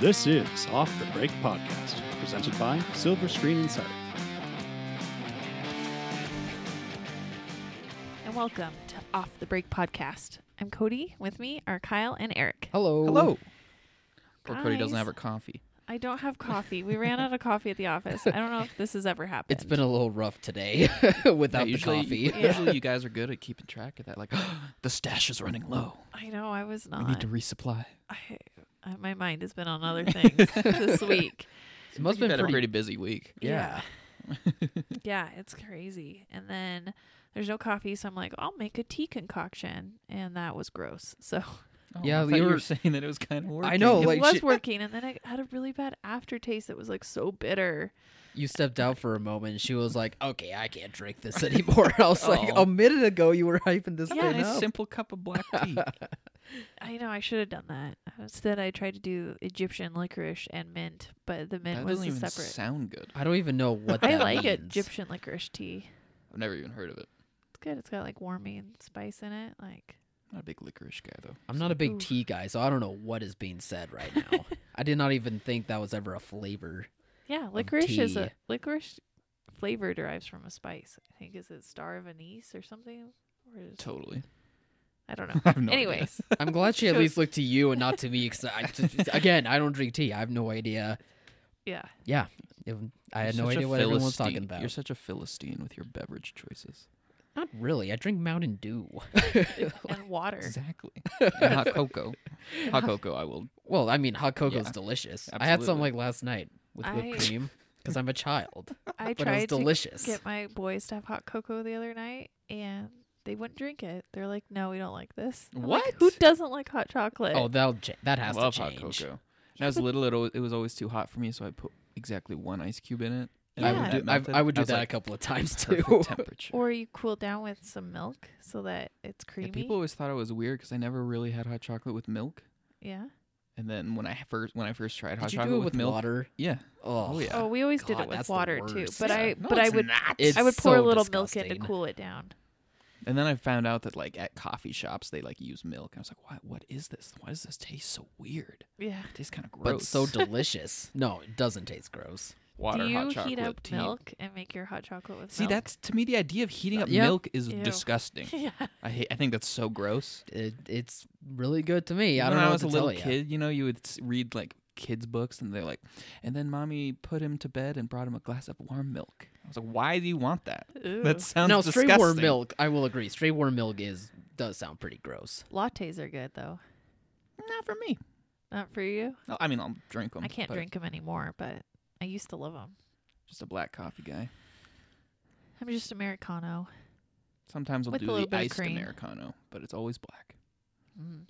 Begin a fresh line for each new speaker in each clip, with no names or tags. This is Off the Break Podcast, presented by Silver Screen Insight.
And welcome to Off the Break Podcast. I'm Cody. With me are Kyle and Eric.
Hello.
Hello. Oh, Poor Cody doesn't
Guys.
have her coffee.
I don't have coffee. We ran out of coffee at the office. I don't know if this has ever happened.
It's been a little rough today without the
usually,
coffee.
Yeah.
usually you guys are good at keeping track of that. Like, the stash is running low.
I know. I was
We
not.
need to resupply.
I, I, uh, my mind has been on other things this week.
It must
You've
have been
had a
pretty.
pretty busy week.
Yeah.
Yeah. Yeah, it's crazy. And then there's no coffee, so I'm like, I'll make a tea concoction, and that was gross. So
Oh,
Yeah,
I thought
we
you
were-
were saying that it was kind of working.
I know,
it
like
was
she-
working, and then I had a really bad aftertaste that was like so bitter.
You stepped out for a moment. and She was like, "Okay, I can't drink this anymore." I was like,
Oh.
"A minute ago, you were hyping this
Yeah,
yeah, a
thing
nice
up."
simple cup of black tea.
I know I should have done that. Instead, I tried to do Egyptian licorice and mint, but the mint
that
was
doesn't
the
even
separate.
sound good.
I don't even know what
I
that
like
means.
Egyptian licorice tea.
I've never even heard of it.
It's good. It's got like warming spice in it. Like
I'm not a big licorice guy though.
I'm not a big
Oof.
tea guy, so I don't know what is being said right now. I did not even think that was ever a flavor.
yeah, licorice is
tea.
a licorice flavor derives from a spice. I think is it star of anise or something, or is,
Totally.
I don't know.
I have no idea.
Anyways,
I'm glad she at
She was-
least looked to you and not to me. Cause I just- again, I don't drink tea. I have no idea.
yeah,
Yeah, it- I had
You're
no
such a
idea what everyone was
Philistine.
talking about.
You're such a philistine with your beverage choices.
Not really. I drink Mountain Dew.
and water.
Exactly. and hot cocoa. Hot cocoa. I will.
Well, I mean, hot cocoa's
Yeah,
delicious. I had some
absolutely.
like last night with whipped
I-
cream because I'm a child,
I
but it was
tried to
delicious.
get my boys to have hot cocoa the other night, and they wouldn't drink it. They're like, "No, we don't like this." I'm like,
What?
Who doesn't like hot chocolate?
oh, that'll cha- that has
love
to
hot
change.
cocoa. When I was little, it, al- it was always too hot for me, so I put exactly one ice cube in it. and
I
when
Yeah.
would
that
do, I've,
melted,
I would do
was
that a
like,
couple of times too.
perfect temperature.
Or you cool down with some milk so that it's
Yeah,
creamy. Yeah.
people always thought I was weird because I never really had hot chocolate with milk. And then when I first when I first tried hot
Did you
chocolate
do
with,
it with
milk,
water?
yeah,
Oh,
yeah.
Oh, we always
God,
did it
that's
with
the
water too.
worst.
But
Yeah.
I
No,
but I
it's
would
not.
I would
It's
pour a
so
little milk in
disgusting.
to cool it down.
And then I found out that like at coffee shops they like use milk. And I was like, what? What is this? Why does this taste so weird?
Yeah.
It tastes kind of gross.
but so delicious. No, it doesn't taste gross.
water,
Do you
hot
heat
chocolate,
up
tea.
milk and make your hot chocolate with
See,
milk?
that's to me the idea of heating up
Yeah.
milk is
Ew.
disgusting.
yeah.
I hate. I think that's so gross.
It, it's really good to me. I
when
don't know
I was
what
a
to
little
tell ya.
kid, you know, you would s- read like kids books, and they're like, and then mommy put him to bed and brought him a glass of warm milk. I was like, why do you want that?
Ooh.
That sounds
No,
disgusting.
straight warm milk. I will agree. Straight warm milk is does sound pretty gross.
Lattes are good though.
Not for me.
Not for you.
No, I mean, I'll drink them.
I can't drink them anymore, but I used to love them.
Just a black coffee guy.
I'm just Americano.
Sometimes I'll
With a
do
little
the
bit of
iced
cream.
americano, but it's always black.
Mm.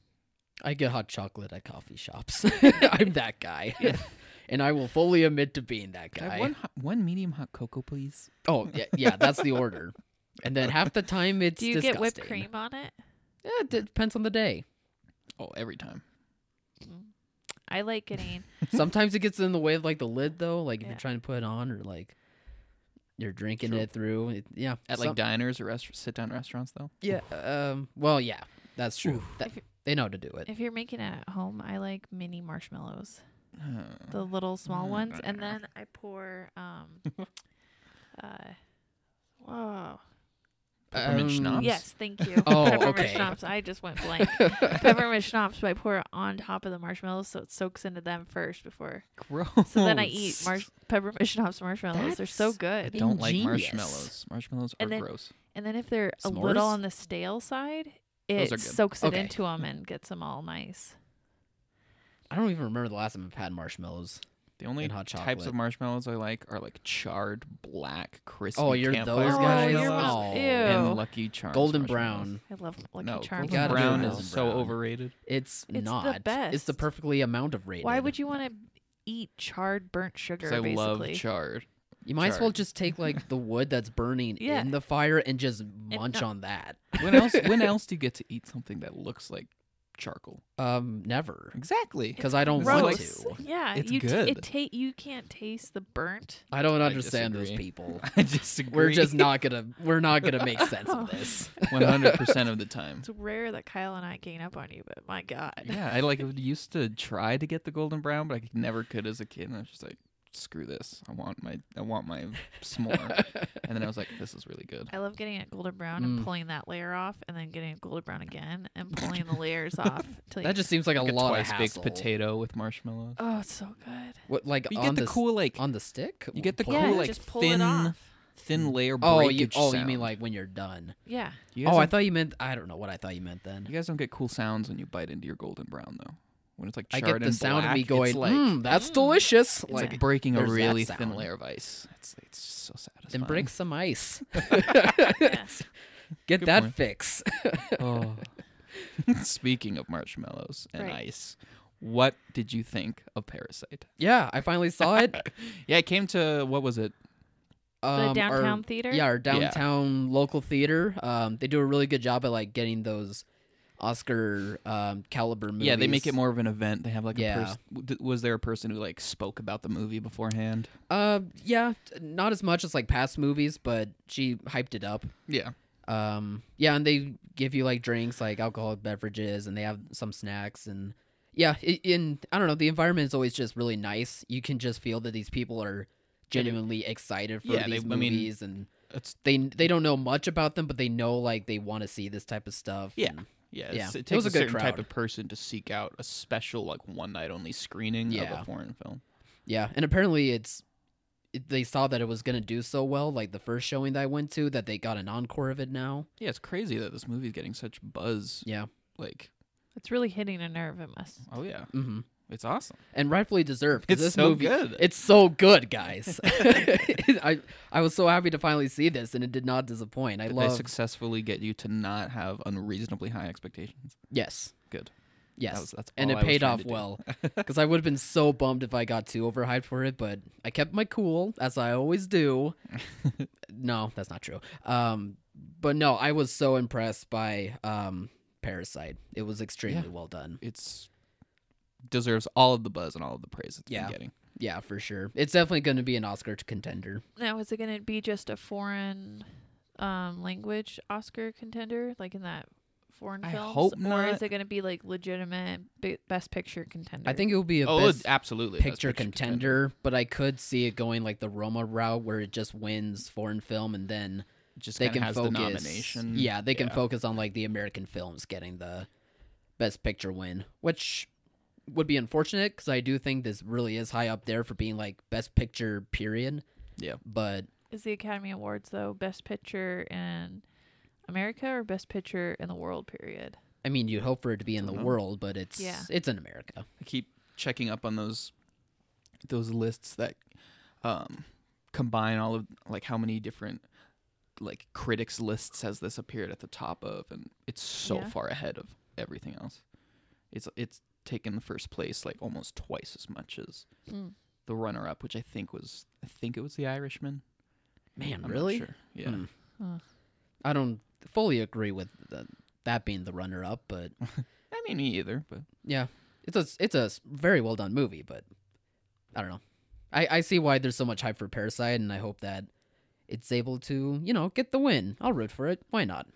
I get hot chocolate at coffee shops. I'm that guy. And I will fully admit to being that
Can I
guy.
have one hot, one medium hot cocoa, please?
Oh, yeah, yeah, that's the order. And then half the time it's
Do you
disgusting.
get whipped cream on it?
Yeah, it depends on the day.
Oh, every time.
I like getting
Sometimes it gets in the way of like the lid though, like if
Yeah.
you're trying to put it on or like you're drinking
True.
it through. It, yeah.
At like
some-
diners or rest- sit down restaurants, though.
yeah, um well, yeah. That's true. That-
If you-
they know how to do it.
if you're making it at home, I like mini marshmallows.
Uh,
the little small
Mm.
ones, and then I pour um, uh, whoa,
peppermint
Um,
schnapps.
yes, thank you,
Oh,
peppermint
okay.
schnapps. I just went blank. peppermint schnapps, but I pour it on top of the marshmallows, so it soaks into them first before.
Gross.
So then I eat marsh- peppermint schnapps marshmallows. They're so
I
That's-
good.
don't like
Ingenious.
marshmallows. Marshmallows are
And then-
gross.
And then if they're a
S'mores?
little on the stale side,
Those are
it
good.
soaks it
Okay.
into them and gets them all nice.
I don't even remember the last time I've had marshmallows.
The only
and hot
types
chocolate.
of marshmallows I like are like charred, black, crispy.
Oh, you're
campfire
those
Oh,
guys.
you're one
marshmallows
of-
Oh.
Ew.
and Lucky Charms.
Golden
marshmallows.
brown.
I love Lucky
no,
Charms.
golden
gotta do
brown
golden
is so
brown.
overrated.
It's,
the
not. It's the
best.
perfectly amount of rated.
Why would you want to eat charred burnt sugar?
Because I
basically,
love charred.
You might as well
charred.
just take like the wood that's burning
Yeah.
in the fire and just munch
not-
on that.
When else? when else do you get to eat something that looks like charcoal?
Um, never.
Exactly.
Because I don't
Gross.
want
It's
to.
Yeah,
It's
you t-
good.
it ta- you can't taste the burnt.
I don't
I
understand those
disagree.
people.
I Oh, disagree.
We're just not gonna we're not gonna make sense of this.
one hundred percent of the time.
It's rare that Kyle and I gain up on you, but my God,
Yeah, I like used to try to get the golden brown, but I could- never could as a kid, and I was just like, screw this. I want my I want my s'more. and then I was like, this is really good.
I love getting it golden brown and
Mm.
pulling that layer off, and then getting it golden brown again and pulling the layers off till you.
That just seems like a
Like
lot of
twice baked
hassle.
potato with marshmallows.
oh, it's so good.
What like
you
on
get the,
the, s-
cool like
on the stick?
you get the
Pulp?
cool
yeah,
like
just pull
thin
it off.
thin layer breakage.
Oh, you, oh, you mean
sound.
like when you're done?
Yeah,
You guys
Oh, I
don't-
thought you meant I don't know what I thought you meant then.
you guys don't get cool sounds when you bite into your golden brown though. When it's like
I
charred
get the
and
sound
black,
of me
it's
going,
like hmm,
"Mm, that's
Mm.
delicious."
It's
like
Like,
Yeah.
breaking a
There's that
really thin
sound.
layer of ice. It's it's just so satisfying.
then break some ice.
yeah.
Good
Get that
point.
fix.
Oh. Speaking of marshmallows and
Right.
ice, what did you think of Parasite?
yeah, I finally saw it.
Yeah, it came to what was it?
Um,
the
our-
downtown theater.
Yeah, our downtown local theater. Um, they do a really good job at like getting those Oscar um, caliber movies.
Yeah, they make it more of an event. They have like
Yeah.
a person. Was there a person who like spoke about the movie beforehand?
Uh, yeah, t- not as much as like past movies, but she hyped it up.
Yeah,
Um, yeah, and they give you like drinks, like alcoholic beverages, and they have some snacks and yeah. i- In I don't know, the environment is always just really nice. You can just feel that these people are genuinely excited for
Yeah, they-
these
I mean,
movies, and
it's
they they don't know much about them, but they know like they want to see this type of stuff.
Yeah.
and-
yeah.
Yeah,
it's-
it
it takes
was
a,
a good
certain type
crowd.
of person to seek out a special like one night only screening of
Yeah.
a foreign film.
Yeah, and apparently it's it- they saw that it was gonna do so well, like the first showing that I went to, that they got an encore of it now.
Yeah, it's crazy that this movie's getting such buzz.
Yeah,
Like,
it's really hitting a nerve. It must.
oh yeah,
hmm
it's awesome.
and rightfully deserved. 'cause
It's
this
so
movie,
good.
It's so good, guys. I I was so happy to finally see this, and it did not disappoint. I
Did
love
they successfully get you to not have unreasonably high expectations?
yes,
Good.
yes,
was- that's
and
all
it
I was
paid
trying
off
to do.
well. Because I would have been so bummed if I got too overhyped for it, but I kept my cool as I always do. no, that's not true. Um, but no, I was so impressed by um, Parasite. It was extremely well done.
It's deserves all of the buzz and all of the praise it's
Yeah.
been getting.
Yeah, for sure. It's definitely going to be an Oscar contender.
Now, is it going to be just a foreign um, language Oscar contender, like in that foreign
I
film?
hope
or
not.
is it going to be like legitimate bi- best picture contender?
I think it will be a
Oh,
best
it- absolutely. best
picture, contender, but I could see it going like the Roma route where it just wins foreign film and then
Just
they
kinda
can
has
focus.
the nomination.
Yeah, they can
Yeah.
focus on like the American films getting the best picture win, which would be unfortunate because I do think this really is high up there for being like best picture period.
Yeah.
But
is the Academy Awards though best picture in America or best picture in the world? Period.
I mean, you'd hope for it to be in the
Dunno.
world, but it's
Yeah.
it's in America.
I keep checking up on those those lists that um, combine all of like how many different like critics lists has this appeared at the top of, and it's so
Yeah.
far ahead of everything else. It's it's taken the first place like almost twice as much as
Hmm.
the runner up, which I think was I think it was The Irishman.
Man,
I'm not
really?
sure. Yeah.
Hmm.
Huh.
I don't fully agree with the, that being the runner up, but
I mean, me either, but
Yeah, it's a it's a s- very well done movie, but I don't know. I I see why there's so much hype for Parasite, and I hope that it's able to you know get the win. I'll root for it. Why not?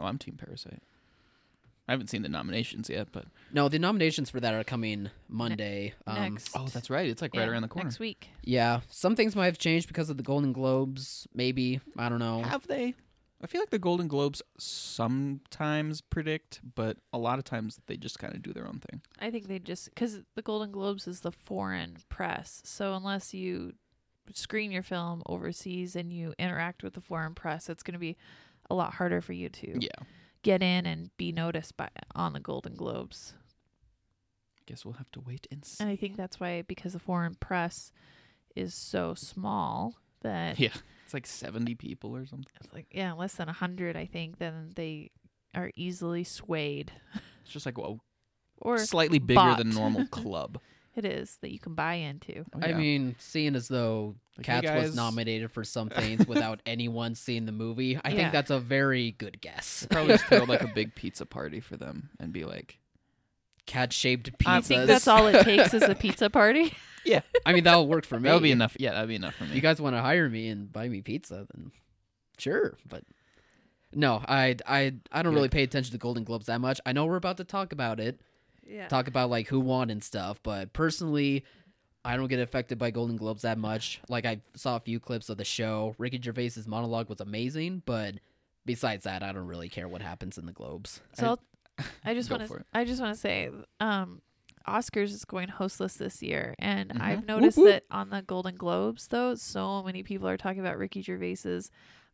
oh, I'm Team Parasite. I haven't seen the nominations yet, but
No, the nominations for that are coming Monday. um,
next.
oh, that's right. It's like right
yeah,
around the corner.
Next week.
Yeah, some things might have changed because of the Golden Globes. Maybe I don't know.
Have they? I feel like the Golden Globes sometimes predict, but a lot of times they just kind of do their own thing.
I think they just because the Golden Globes is the foreign press, so unless you screen your film overseas and you interact with the foreign press, it's going to be a lot harder for you to
Yeah.
get in and be noticed by on the Golden Globes.
Guess we'll have to wait and see.
And I think that's why because the foreign press is so small that
Yeah. It's like 70 people or something.
it's like yeah, less than 100 I think, then they are easily swayed
It's just like a
or
slightly bigger than
bought.
normal club.
it is that you can buy into.
Oh,
I
yeah.
mean, seeing as though
Like, hey,
Cats
guys.
was nominated for some things without anyone seeing the movie, I
Yeah.
think that's a very good guess.
probably just throw like a big pizza party for them and be like,
cat shaped
I
pizzas.
think that's all it takes is a pizza party.
Yeah,
I mean, that'll work for me.
that'll be enough. Yeah, that'll be enough for me.
If you guys want to hire me and buy me pizza, then sure. But no, I I I don't really pay attention to Golden Globes that much. I know we're about to talk about it,
Yeah.
talk about like who won and stuff. But personally, I don't get affected by Golden Globes that much. Like I saw a few clips of the show. Ricky Gervais's monologue was amazing, but besides that, I don't really care what happens in the Globes.
So I'll, I just
Go
want
for
to
it.
I just want to say um Oscars is going hostless this year and I've
Mhm.
noticed
Mm-hmm.
that
whoop.
on the Golden Globes though so many people are talking about Ricky Gervais's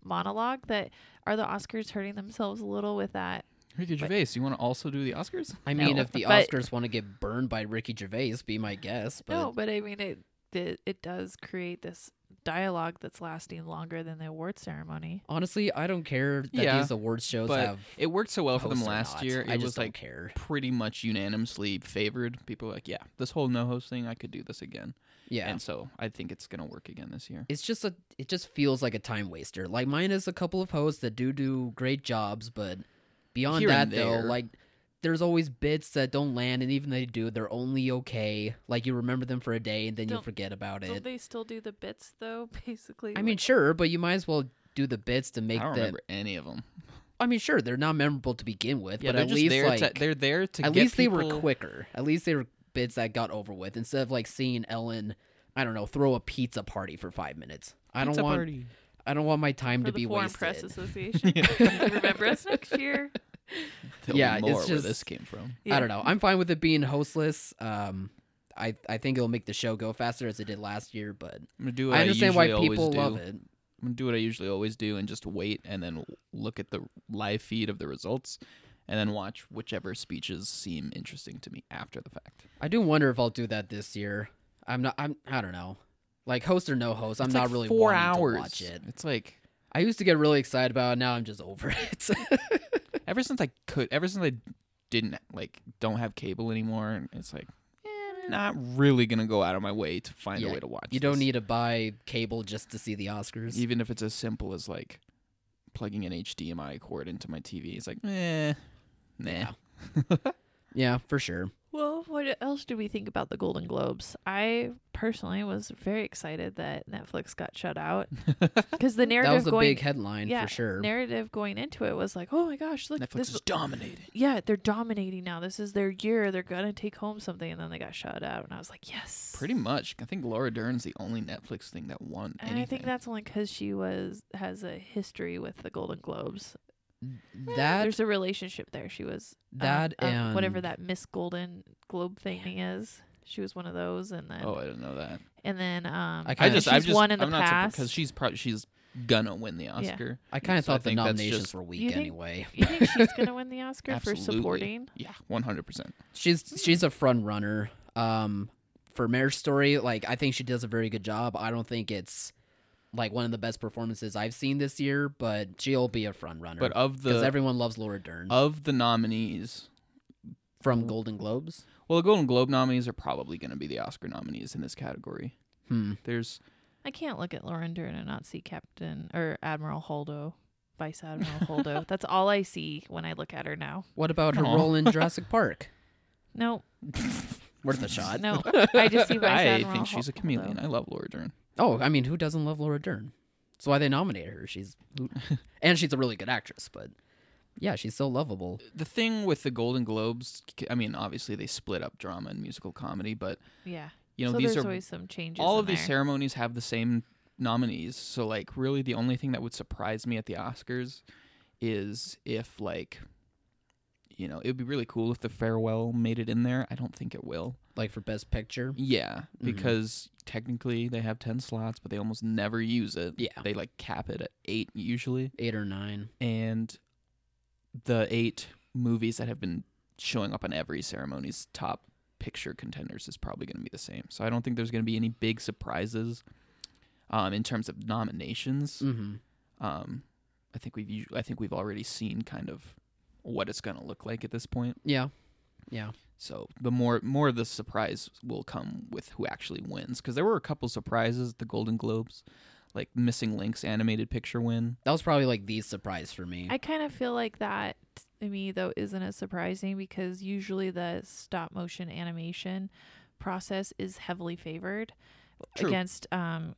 monologue that are the Oscars hurting themselves a little with that.
Ricky Gervais, you want to also do the Oscars?
I mean,
No,
if the
but-
Oscars want to get burned by Ricky Gervais, be my guest. But
no, but I mean it, it it does create this dialogue that's lasting longer than the award ceremony.
honestly, I don't care that
Yeah,
these awards shows
but
have.
It worked so well for them
hosts or
last
not.
year. It
I
was
just don't
like
care.
pretty much unanimously favored. People were like, yeah, this whole no host thing, I could do this again.
Yeah,
And so I think it's gonna work again this year.
it's just a it just feels like a time waster. Like mine is a couple of hosts that do do great jobs, but beyond
Here
that
and
though,
there.
like there's always bits that don't land, and even they do, they're only okay. Like you remember them for a day, and then you
Don't-
forget about
Don't
it.
they still do the bits though basically?
I mean, sure, but you might as well do the bits to make
I don't
them.
remember any of them.
I mean, sure, they're not memorable to begin with,
Yeah,
but
they're
at
just
least
there
like
to they're there to
at
get
least they were
people-
quicker. At least they were bids that got over with instead of like seeing Ellen, I don't know, throw a pizza party for five minutes. I don't
Pizza
want
party.
I don't want my time
for
to
the
be
Foreign
wasted.
Press Association. Remember us next year.
There'll be
Yeah, it's
more where
just-
this came from.
I
Yeah.
don't know. I'm fine with it being hostless. Um, I I think it'll make the show go faster as it did last year, but
I'm gonna do what
I understand why
usually always
people
do.
love it.
I'm gonna do what I usually always do and just wait and then look at the live feed of the results and then watch whichever speeches seem interesting to me after the fact.
I do wonder if I'll do that this year. I'm not. I'm. I don't know. Like host or no host, I'm
It's
not
like
really
four
wanting
hours.
to watch it.
It's like
I used to get really excited about it. Now I'm just over it.
ever since I could, ever since I didn't like don't have cable anymore, and it's like eh, not really gonna go out of my way to find
Yeah,
a way to watch.
you don't
this.
need to buy cable just to see the Oscars.
even if it's as simple as like plugging an HDMI cord into my TV. It's like eh, nah.
Yeah. Yeah, for sure.
Well, what else did we think about the Golden Globes? I personally was very excited that Netflix got shut out because the narrative
That was a
going
big headline
yeah
for sure.
narrative going into it was like, oh my gosh, look,
Netflix
this
is dominating.
yeah, they're dominating now. This is their year. They're gonna take home something, and then they got shut out, and I was like, yes,
Pretty much. I think Laura Dern's the only Netflix thing that won
And
anything.
I think that's only because she was has a history with the Golden Globes.
that
There's a relationship there. She was um,
that
um,
and
whatever that Miss Golden Globe thing is. She was one of those, and then
Oh, I didn't know that.
and then um,
I
I
kinda-
just,
she's
I've just,
won in the
I'm not
past.
because she's probably she's gonna win the Oscar.
I kind of
So I
thought the
think that's
nominations
just-
were weak
You think-
anyway.
you think she's gonna win the Oscar for
Absolutely.
supporting?
Yeah, one hundred percent.
She's she's a front runner. Um, for Marriage Story, like I think she does a very good job. I don't think it's like one of the best performances I've seen this year, but she'll be a front runner.
But of
because
the
everyone loves Laura Dern
of the nominees,
from Golden Globes.
Well, the Golden Globe nominees are probably going to be the Oscar nominees in this category.
Hmm.
There's
I can't look at Lauren Dern and not see Captain or Admiral Holdo, Vice Admiral Holdo. That's all I see when I look at her now.
What about her
Aw.
role in Jurassic Park?
No,
Worth a shot.
no, I just see Vice
I
Admiral.
think she's a
Holdo.
chameleon. I love Laura Dern.
Oh, I mean, who doesn't love Laura Dern? That's why they nominated her. She's who- and she's a really good actress, but yeah, she's so lovable.
The thing with the Golden Globes, I mean, obviously they split up drama and musical comedy, but
Yeah,
you know
so
these
there's
are
always some changes.
all
in
of these
there.
ceremonies have the same nominees. So like really the only thing that would surprise me at the Oscars is if like you know, it would be really cool if the farewell made it in there. I don't think it will.
Like for Best Picture,
Yeah, because technically they have 10 slots, but they almost never use it.
Yeah.
They like cap it at 8 usually.
eight or nine.
And the 8 movies that have been showing up on every ceremony's top picture contenders is probably going to be the same. So I don't think there's going to be any big surprises um in terms of nominations.
Mm-hmm.
Um I think we've usu- I think we've already seen kind of what it's going to look like at this point.
Yeah, yeah.
So the more more of the surprise will come with who actually wins because there were a couple surprises at the Golden Globes, like Missing Link's animated picture win.
That was probably like the surprise for me.
I kind of feel like that to me though isn't as surprising because usually the stop motion animation process is heavily favored
True.
against um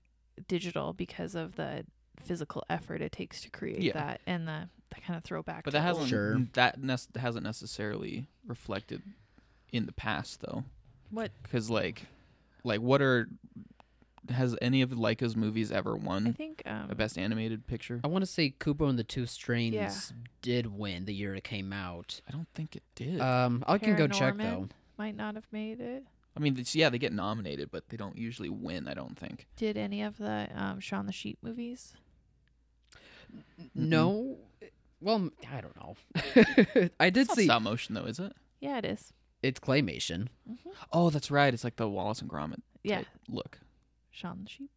digital because of the physical effort it takes to create
Yeah.
that and the, the kind of throwback
But
to
that
old-
hasn't
Sure.
that nes- hasn't necessarily reflected in the past though,
what
because like, like what are has any of Leica's movies ever
I
won
think um
a best animated picture?
I want to say Kubo and the Two Strains
Yeah.
did win the year it came out.
I don't think it did.
Um, I can go check though.
Paranorman? might not have made it.
I mean, it's, yeah, they get nominated, but they don't usually win. I don't think.
Did any of the um Shaun the Sheep movies?
No, well, I don't know. I did
It's not
see
stop motion though, is it?
Yeah, it is.
it's claymation.
Oh, that's right. It's like the Wallace and Gromit.
Yeah,
type Look,
Shaun the Sheep.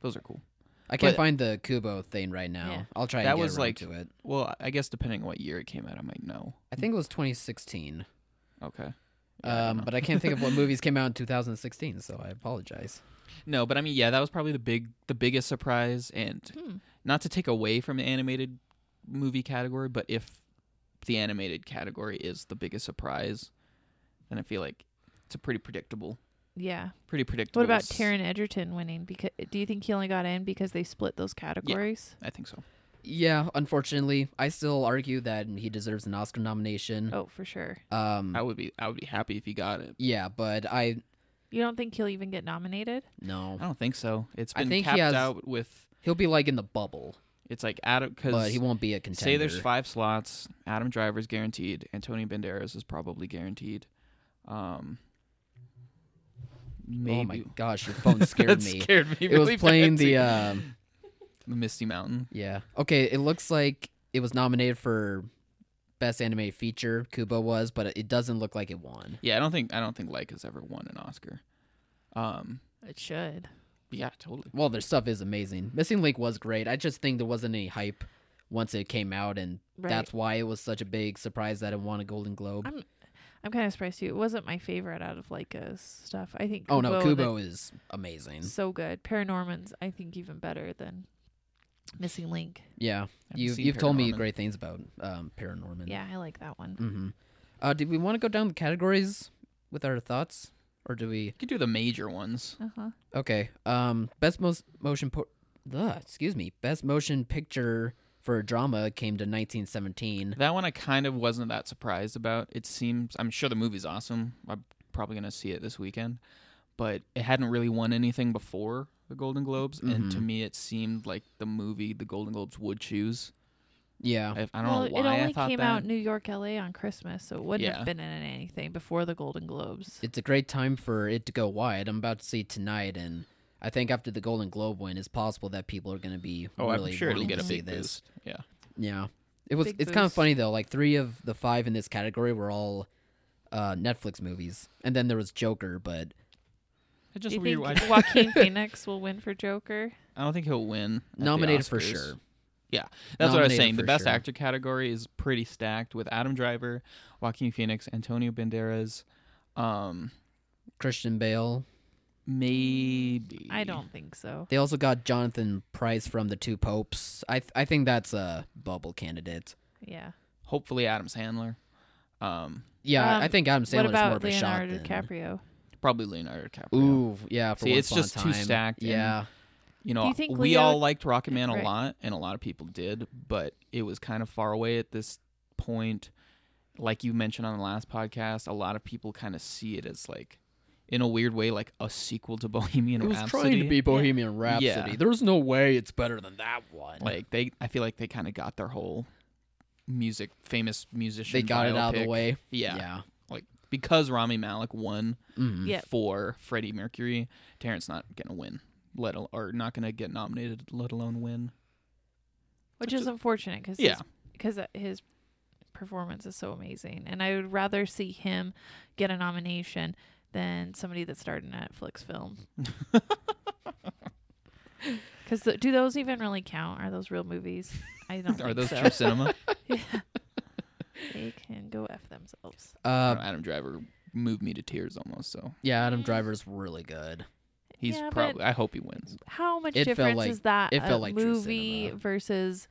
those are cool.
I can't
But-
find the Kubo thing right now.
Yeah.
I'll try.
That
and get
was,
around
like-
to it.
Well, I- I guess depending on what year it came out, I might know.
I think it was 2016.
Okay.
um, but I can't think of what movies came out in 2016, so I apologize.
No, but I mean, yeah, that was probably the big, the biggest surprise, and
Hmm.
not to take away from the animated movie category, but if the animated category is the biggest surprise, then I feel like it's a pretty predictable,
Yeah.
pretty predictable.
What about
s-
Taron Egerton winning? Because do you think he only got in because they split those categories?
I think so.
Yeah, unfortunately, I still argue that he deserves an Oscar nomination.
Oh, for sure.
Um,
I would be, I would be happy if he got it.
yeah, but I
You don't think he'll even get nominated?
no,
I don't think so. It's
I
been
think he
capped
has-
out with.
he'll be like in the bubble,
It's like Adam because
but he won't be a contender.
Say there's five slots. Adam Driver's guaranteed. Antonio Banderas is probably guaranteed. Um, maybe.
Oh my gosh, your phone scared
That
me.
scared me.
It was
really
playing
bad,
the
too.
um,
The Misty Mountain.
yeah. Okay, it looks like it was nominated for best animated feature. Kubo was, but it doesn't look like it won.
Yeah, I don't think I don't think Leica's ever won an Oscar. Um,
It should.
yeah, totally.
Well, their stuff is amazing. Missing Link was great. I just think there wasn't any hype once it came out, and
Right.
that's why it was such a big surprise that it won a Golden Globe.
I'm- I'm kind of surprised too. It wasn't my favorite out of Leica's stuff. I think.
oh no,
and
Kubo is amazing.
it's so good. Paranorman's I think even better than Missing Link.
Yeah,
haven't
you
seen
you've told me
Paranorman.
great things about um, Paranorman.
Yeah, I like that one.
Mm-hmm. Uh, did we want to go down the categories with our thoughts, or do we?
You could do the major ones.
Uh huh.
Okay. Um, best most motion. Po- Ugh, excuse me. Best motion picture for a drama came to 1917.
That one I kind of wasn't that surprised about. It seems I'm sure the movie's awesome. I'm probably gonna see it this weekend, but it hadn't really won anything before the Golden Globes, and to
Mhm.
me it seemed like the movie the Golden Globes would choose. I, I
Yeah.
don't
well,
know why
it only
I thought
came
that.
out New York, LA on Christmas, so it wouldn't
Yeah.
have been in anything before the Golden Globes.
It's a great time for it to go wide. I'm about to see it tonight, and I think after the Golden Globe win, it's possible that people are going to be
oh,
really
I'm sure it'll
wanting
get a
to see
big
this.
boost. Yeah,
Yeah. It was.
Big
it's kind of
boost.
funny though. Like three of the five in this category were all uh, Netflix movies, and then there was Joker. But
Do
I just
you think
rewatched.
Joaquin Phoenix will will win for Joker?
I don't think he'll win. at the
nominated for
Oscars.
sure.
That's what I was
Nominated
saying. The
for
best
sure.
actor category is pretty stacked with Adam Driver, Joaquin Phoenix, Antonio Banderas. Um,
Christian Bale.
maybe
I don't think so.
They also got Jonathan Price from The Two Popes. I th- I think that's a bubble candidate.
Yeah.
Hopefully, Adam Sandler. Um,
Yeah, I
Um,
think Adam Sandler's
what about
more of a
Leonardo
shot. Than...
DiCaprio?
probably Leonardo DiCaprio.
Ooh, yeah. For
See,
once
it's
upon a
just too
time.
stacked and-
Yeah,
You know,
Do you think
we
Leo-
all liked Rocket Man a
Right.
lot, and a lot of people did, but it was kind of far away at this point. Like you mentioned on the last podcast, a lot of people kind of see it as like, in a weird way, like a sequel to Bohemian
it was
Rhapsody.
trying to be Bohemian Rhapsody.
Yeah.
There's no way it's better than that one.
like they i feel like they kind of got their whole music famous musician
they got it out of
biopic.
the way.
yeah,
yeah.
like because rami malik won
Mhm.
Yep.
for freddie mercury Terrence's not gonna win let al- or not gonna get nominated let alone win
Which is unfortunate because
yeah
because uh, his performance is so amazing, and I would rather see him get a nomination than somebody that starred in a Netflix film. Because do those even really count? Are those real movies? I don't.
are
think
those
so.
true cinema
They can go f themselves.
I
Uh,
don't know, adam driver moved me to tears almost so
yeah. Adam Driver's really good.
he's
Yeah, but-
probably i hope he wins
How much
It felt
difference
like-
is that
it felt
a
like true
movie
cinema.
versus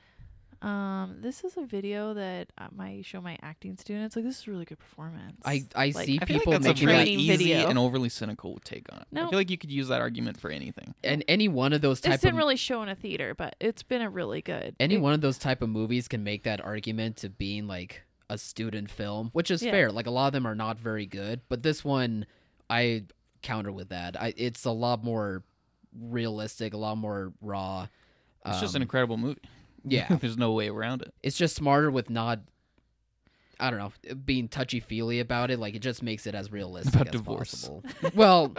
Um, this is a video that uh, my show my acting students. Like, this is a really good performance.
I I
Like,
see
I feel like
people
that's a
making
very
that
training
easy
video.
and overly cynical take on it. I
No.
feel like you could use that argument for anything.
and any one of those
this
type of
didn't really show in a theater, but it's been a really good.
any
it-
one of those type of movies can make that argument to being like a student film, which is
Yeah.
fair. Like a lot of them are not very good, but this one I counter with that. I it's a lot more realistic, a lot more raw.
It's just an
Um,
incredible movie.
yeah.
There's no way around it.
it's just smarter with not I don't know, being touchy feely about it. Like it just makes it as realistic
About
as
divorce.
possible. well,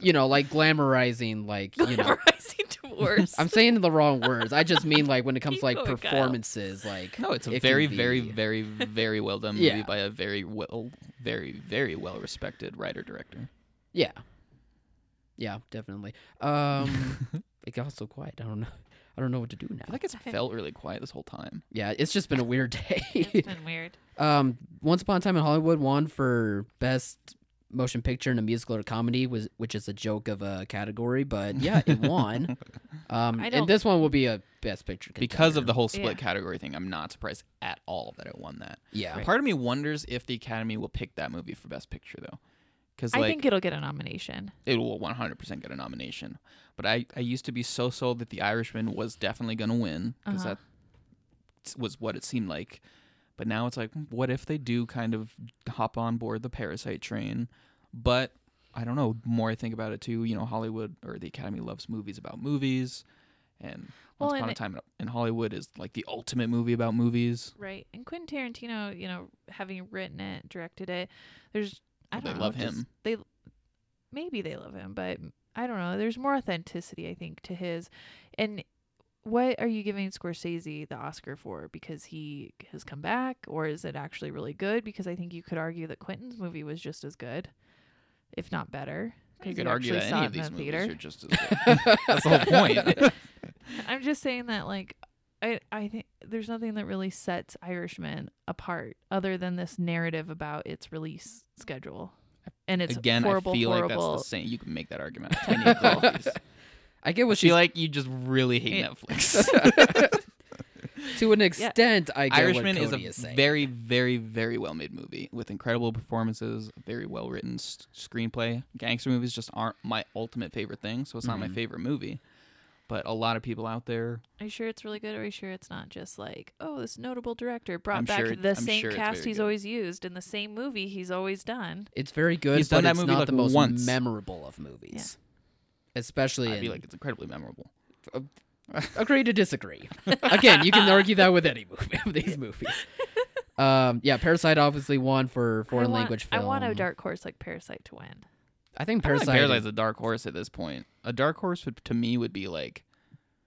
you know, like glamorizing like, you know,
glamorizing divorce.
I'm saying the wrong words. I just mean like when it comes
Keep
to like
going, Kyle.
performances, like
No, it's a
it can
very,
be-
very, very, very well done
Yeah.
movie by a very well, very, very well respected writer director.
yeah, yeah, definitely. Um, it got so quiet. I don't know. I don't know what to do
I feel
now.
like it's felt really quiet this whole time.
Yeah, it's just been a weird day.
it's been weird.
um, Once Upon a Time in Hollywood won for best motion picture in a musical or comedy, was which is a joke of a category, but yeah, it won. Um,
I
and
don't-
this one will be a best picture
Because of
contender.
the whole split
Yeah.
category thing, I'm not surprised at all that it won that.
yeah.
Part of me wonders if the Academy will pick that movie for Best Picture though, because like
I think it'll get a nomination.
it will 100% get a nomination. But I, I used to be so sold that The Irishman was definitely going to win because
Uh-huh.
that was what it seemed like. But now it's like, what if they do kind of hop on board the Parasite train? But I don't know. The more I think about it, too, you know, Hollywood or the Academy loves movies about movies. And
Well,
Once Upon
and
a
it-
Time in Hollywood is like the ultimate movie about movies.
Right. And Quentin Tarantino, you know, having written it, directed it, there's I
Well, they
don't know.
love
just-
him.
They maybe they love him, but I don't know. There's more authenticity, I think, to his. And what are you giving Scorsese the Oscar for? Because he has come back, or is it actually really good? Because I think you could argue that Quentin's movie was just as good, if not better.
You
Because
could argue that any of
it
these
in the
movies
theater.
are just as good. That's the whole point.
I'm just saying that like I I think there's nothing that really sets Irishman apart other than this narrative about its release schedule. And it's
Again,
horrible,
I feel
horrible.
like that's the same. You can make that argument. on Tiny Gold.
I get what
She
she's
like you just really hate
Yeah.
Netflix.
to an extent. I get
Irishman
what
is a
Cody is, saying.
very, very, very well made movie with incredible performances, very well written s- screenplay. Gangster movies just aren't my ultimate favorite thing, so it's not
Mm-hmm.
my favorite movie. But a lot of people out there,
Are you sure it's really good? Or are you sure it's not just like, oh, this notable director brought
I'm
back
sure it-
the
I'm
same
sure it's
cast
very
he's
good.
always used in the same movie he's always done?
It's very good,
He's
but
done that
it's
movie,
not
like,
the most
once.
memorable of movies. Especially,
I
in,
feel like it's incredibly memorable.
agree to disagree. Again, you can argue that with any movie of these movies. Um, yeah, Parasite obviously won for
I
foreign
want,
language film.
I want a dark horse like Parasite to win.
I think
Parasite
Parasite,
Parasite's
is
a dark horse at this point. A dark horse would, to me would be like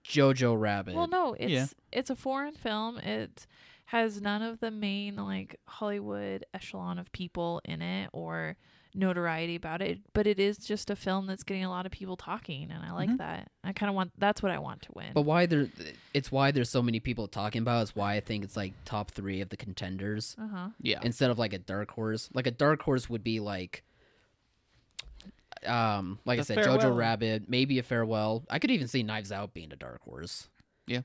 Jojo Rabbit.
Well, no, it's it's a foreign film. It has none of the main like Hollywood echelon of people in it or notoriety about it, but it is just a film that's getting a lot of people talking, and I like that. I kind of want that's what I want to win.
Mm-hmm. But why there? It's why there's so many people talking about. it. It's why I think it's like top three of the contenders
uh huh.
yeah,
instead of like a dark horse. Like a dark horse would be like, um, like I
The
said,
Farewell.
Jojo Rabbit, maybe a farewell. I could even see Knives Out being a dark horse.
Yeah.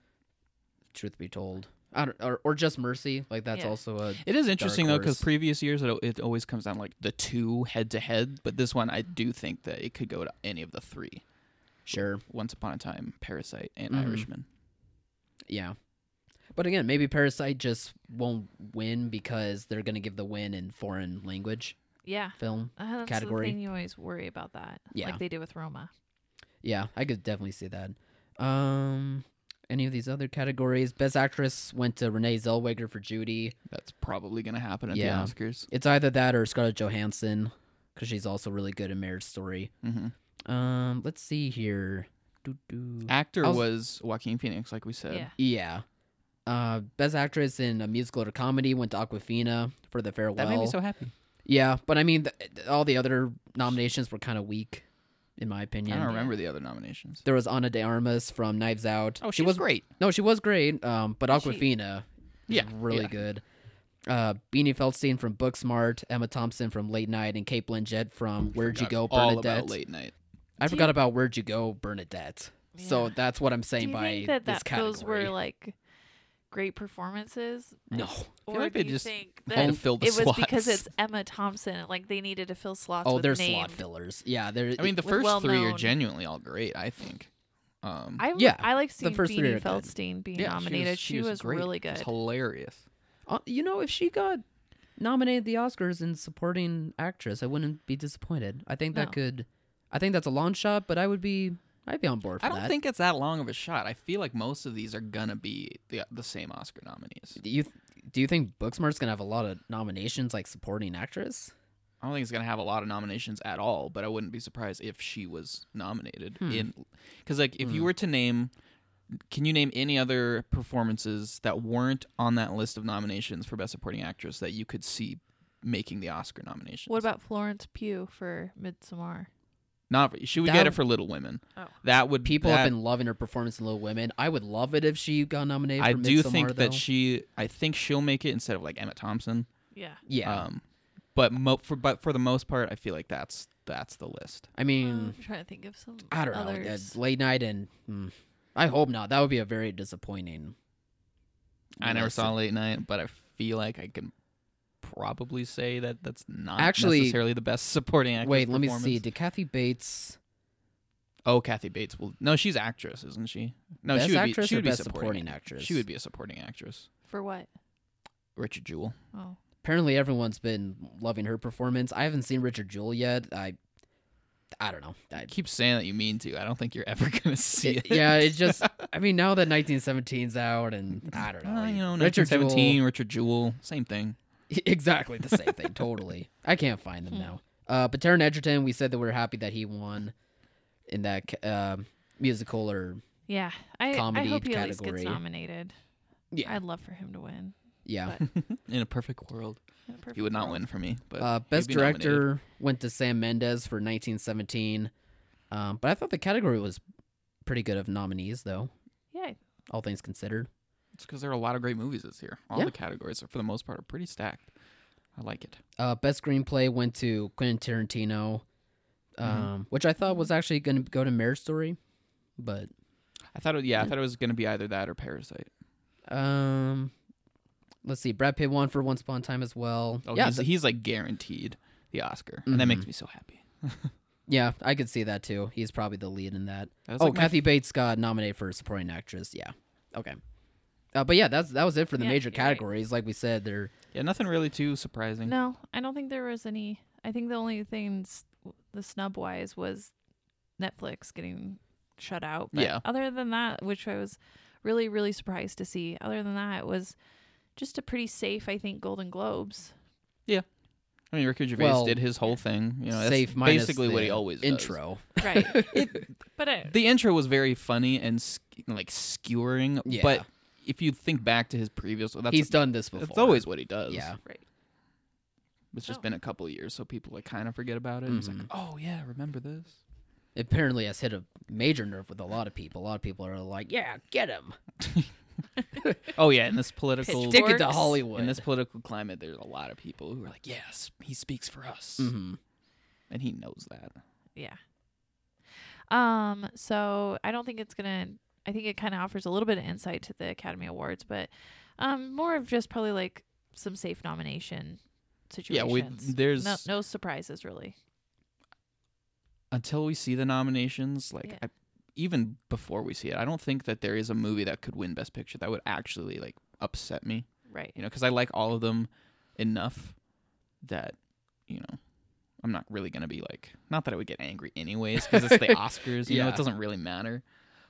Truth be told, I don't, or or just Mercy. Like that's
Yeah.
also a
It is interesting though, because
horse.
previous years it, it always comes down to, like the two head to head, but this one I do think that it could go to any of the three.
sure,
Once Upon a Time, Parasite, and
Mhm.
Irishman.
yeah. But again, maybe Parasite just won't win because they're gonna give the win in foreign language
Yeah.
film.
Uh, that's
Category.
The thing you always worry about that,
Yeah.
like they did with Roma.
Yeah, I could definitely see that. Um, any of these other categories? Best Actress went to Renee Zellweger for Judy.
That's probably going to happen at
Yeah.
the Oscars.
It's either that or Scarlett Johansson because she's also really good in Marriage Story.
hmm
Um, let's see here. Doo-doo.
Actor
I
was,
was-
Joaquin Phoenix, like we said.
Yeah.
Yeah. Uh, Best Actress in a musical or comedy went to Aquafina for The Farewell.
That made me so happy.
yeah, but I mean, th- all the other nominations were kind of weak, in my opinion.
I don't remember the other nominations.
There was Ana de Armas from Knives Out.
Oh, she,
she
was
was
great.
No, she was great. Um, but
she-
Aquafina is
Yeah,
really
yeah.
good. Uh, Beanie Feldstein from Booksmart, Emma Thompson from Late Night, and Kate Blanchett from Where'd You
Forgot
Go,
Uh, all
Bernadette.
about late night.
I
Do
forgot
you-
about Where'd You Go, Bernadette. So
Yeah.
that's what I'm
Do
saying
you
by
think that,
this
that those
category.
were like great performances?
No.
feel
Or
like
do
they
you
just
think
had
that
to fill the
it was because it's
slots.
Emma Thompson? Like they needed to fill slots.
Oh,
with
they're
named-
slot fillers. Yeah, they're.
I mean, the
with
first three are
well-known-
genuinely all great. I think. Um,
I
Yeah,
I like seeing
first three are
Beanie
good.
Feldstein being
yeah,
nominated.
She was, great.
really
It was
good.
hilarious.
Uh, you know, if she got nominated the Oscars in supporting actress, I wouldn't be disappointed. I think that
No.
could, I think that's a long shot, but I would be, I'd be on board for
I don't
that.
think it's that long of a shot. I feel like most of these are gonna be the the same Oscar nominees.
do you do you think Booksmart's gonna have a lot of nominations like supporting actress?
I don't think it's gonna have a lot of nominations at all, but I wouldn't be surprised if she was nominated
Hmm.
in because like if you were to name can you name any other performances that weren't on that list of nominations for Best Supporting Actress that you could see making the Oscar nominations?
What about Florence Pugh for Midsommar?
not she would
That
get it
w-
for Little Women.
Oh.
That would
People
that-
have been loving her performance in Little Women. I would love it if she got nominated.
I
for
do
Midsommar,
think
though.
that she I think she'll make it instead of like Emma Thompson.
Yeah.
Yeah,
Um, but mo- for but for the most part, I feel like that's that's the list.
I mean,
Um, I'm trying to think of some.
Mm. I don't know. uh,
others.
Late night and mm, I hope not. That would be a very disappointing.
I never
list.
saw Late Night, but I feel like I can probably say that that's not
Actually-
necessarily the best supporting actress.
Wait, let me see.
performance.
Did Kathy Bates?
Oh, Kathy Bates will. No, she's actress, isn't she? No,
best
she would
actress
be. She
or
would be
best
supporting.
supporting actress.
She would be a supporting actress.
For what?
Richard Jewell.
Oh.
Apparently, everyone's been loving her performance. I haven't seen Richard Jewell yet. I, I don't know. I,
I keep saying that you mean to. I don't think you're ever gonna see it.
it- yeah, it's just. I mean, now that 1917's out, and I don't know.
Uh, you know,
Richard Jewell-
1917, Richard Jewell, same thing.
exactly the same thing. Totally. I can't find them now. Uh, but Taron Egerton, we said that we are happy that he won in that um musical or
Yeah. I, I
Comedy
hope he at least
category.
gets nominated.
yeah,
I'd love for him to win.
yeah.
But
In a perfect world,
in a perfect
he would not
world.
win for me. But
Uh,
he'd
best
be nominated.
director went to Sam Mendes for 1917. Um, but I thought the category was pretty good of nominees, though.
Yeah.
All things considered,
It's because there are a lot of great movies this year. All
Yeah.
the categories, are, for the most part, are pretty stacked. I like it.
uh, best screenplay went to Quentin Tarantino, um,
Mm-hmm.
which I thought was actually going to go to Marriage Story, but
I thought, it, yeah, I thought it was going to be either that or Parasite.
um, let's see. Brad Pitt won for Once Upon a Time as well.
Oh,
yeah, Mm-hmm.
he's,
th-
he's like guaranteed the Oscar, and that makes me so happy.
yeah, I could see that too. He's probably the lead in that.
That's
oh,
like my
Kathy Bates got nominated for supporting actress. Yeah, okay. Uh, but yeah, that's that was it for the
Yeah,
major
you're right.
categories. Like we said, they're
Yeah, nothing really too surprising.
No, I don't think there was any. I think the only thing, s- the snub wise, was Netflix getting shut out. But
Yeah.
Other than that, which I was really, really surprised to see. Other than that, it was just a pretty safe, I think, Golden Globes.
I mean, Ricky Gervais
Well,
did his whole thing. You know, that's
safe minus
basically what he always does.
intro.
Right. but I,
The intro was very funny and sk- like skewering,
Yeah.
but if you think back to his previous, well, that's
He's done this before.
It's always what he does.
yeah. Oh.
right.
it's just
No.
been a couple of years, so people like kind of forget about it. It's like,
Mhm.
oh yeah, remember this?
Apparently, has hit a major nerve with a lot of people. A lot of people are like, "Yeah, get him,
Oh yeah, in this political
take it to
Forks.
Hollywood."
in this political climate, there's a lot of people who are like, "Yes, he speaks for us,"
hmm
and he knows that.
Yeah. Um. So I don't think it's gonna. I think it kind of offers a little bit of insight to the Academy Awards, but um, more of just probably like some safe nomination
Yeah,
situations.
we- there's-
no, no surprises really.
Until we see the nominations, like
Yeah.
I, even before we see it, I don't think that there is a movie that could win Best Picture that would actually like upset me.
Right.
You know, because I like all of them enough that you know I'm not really gonna be like, not that I would get angry anyways, because it's the Oscars. You know,
Yeah.
it doesn't really matter.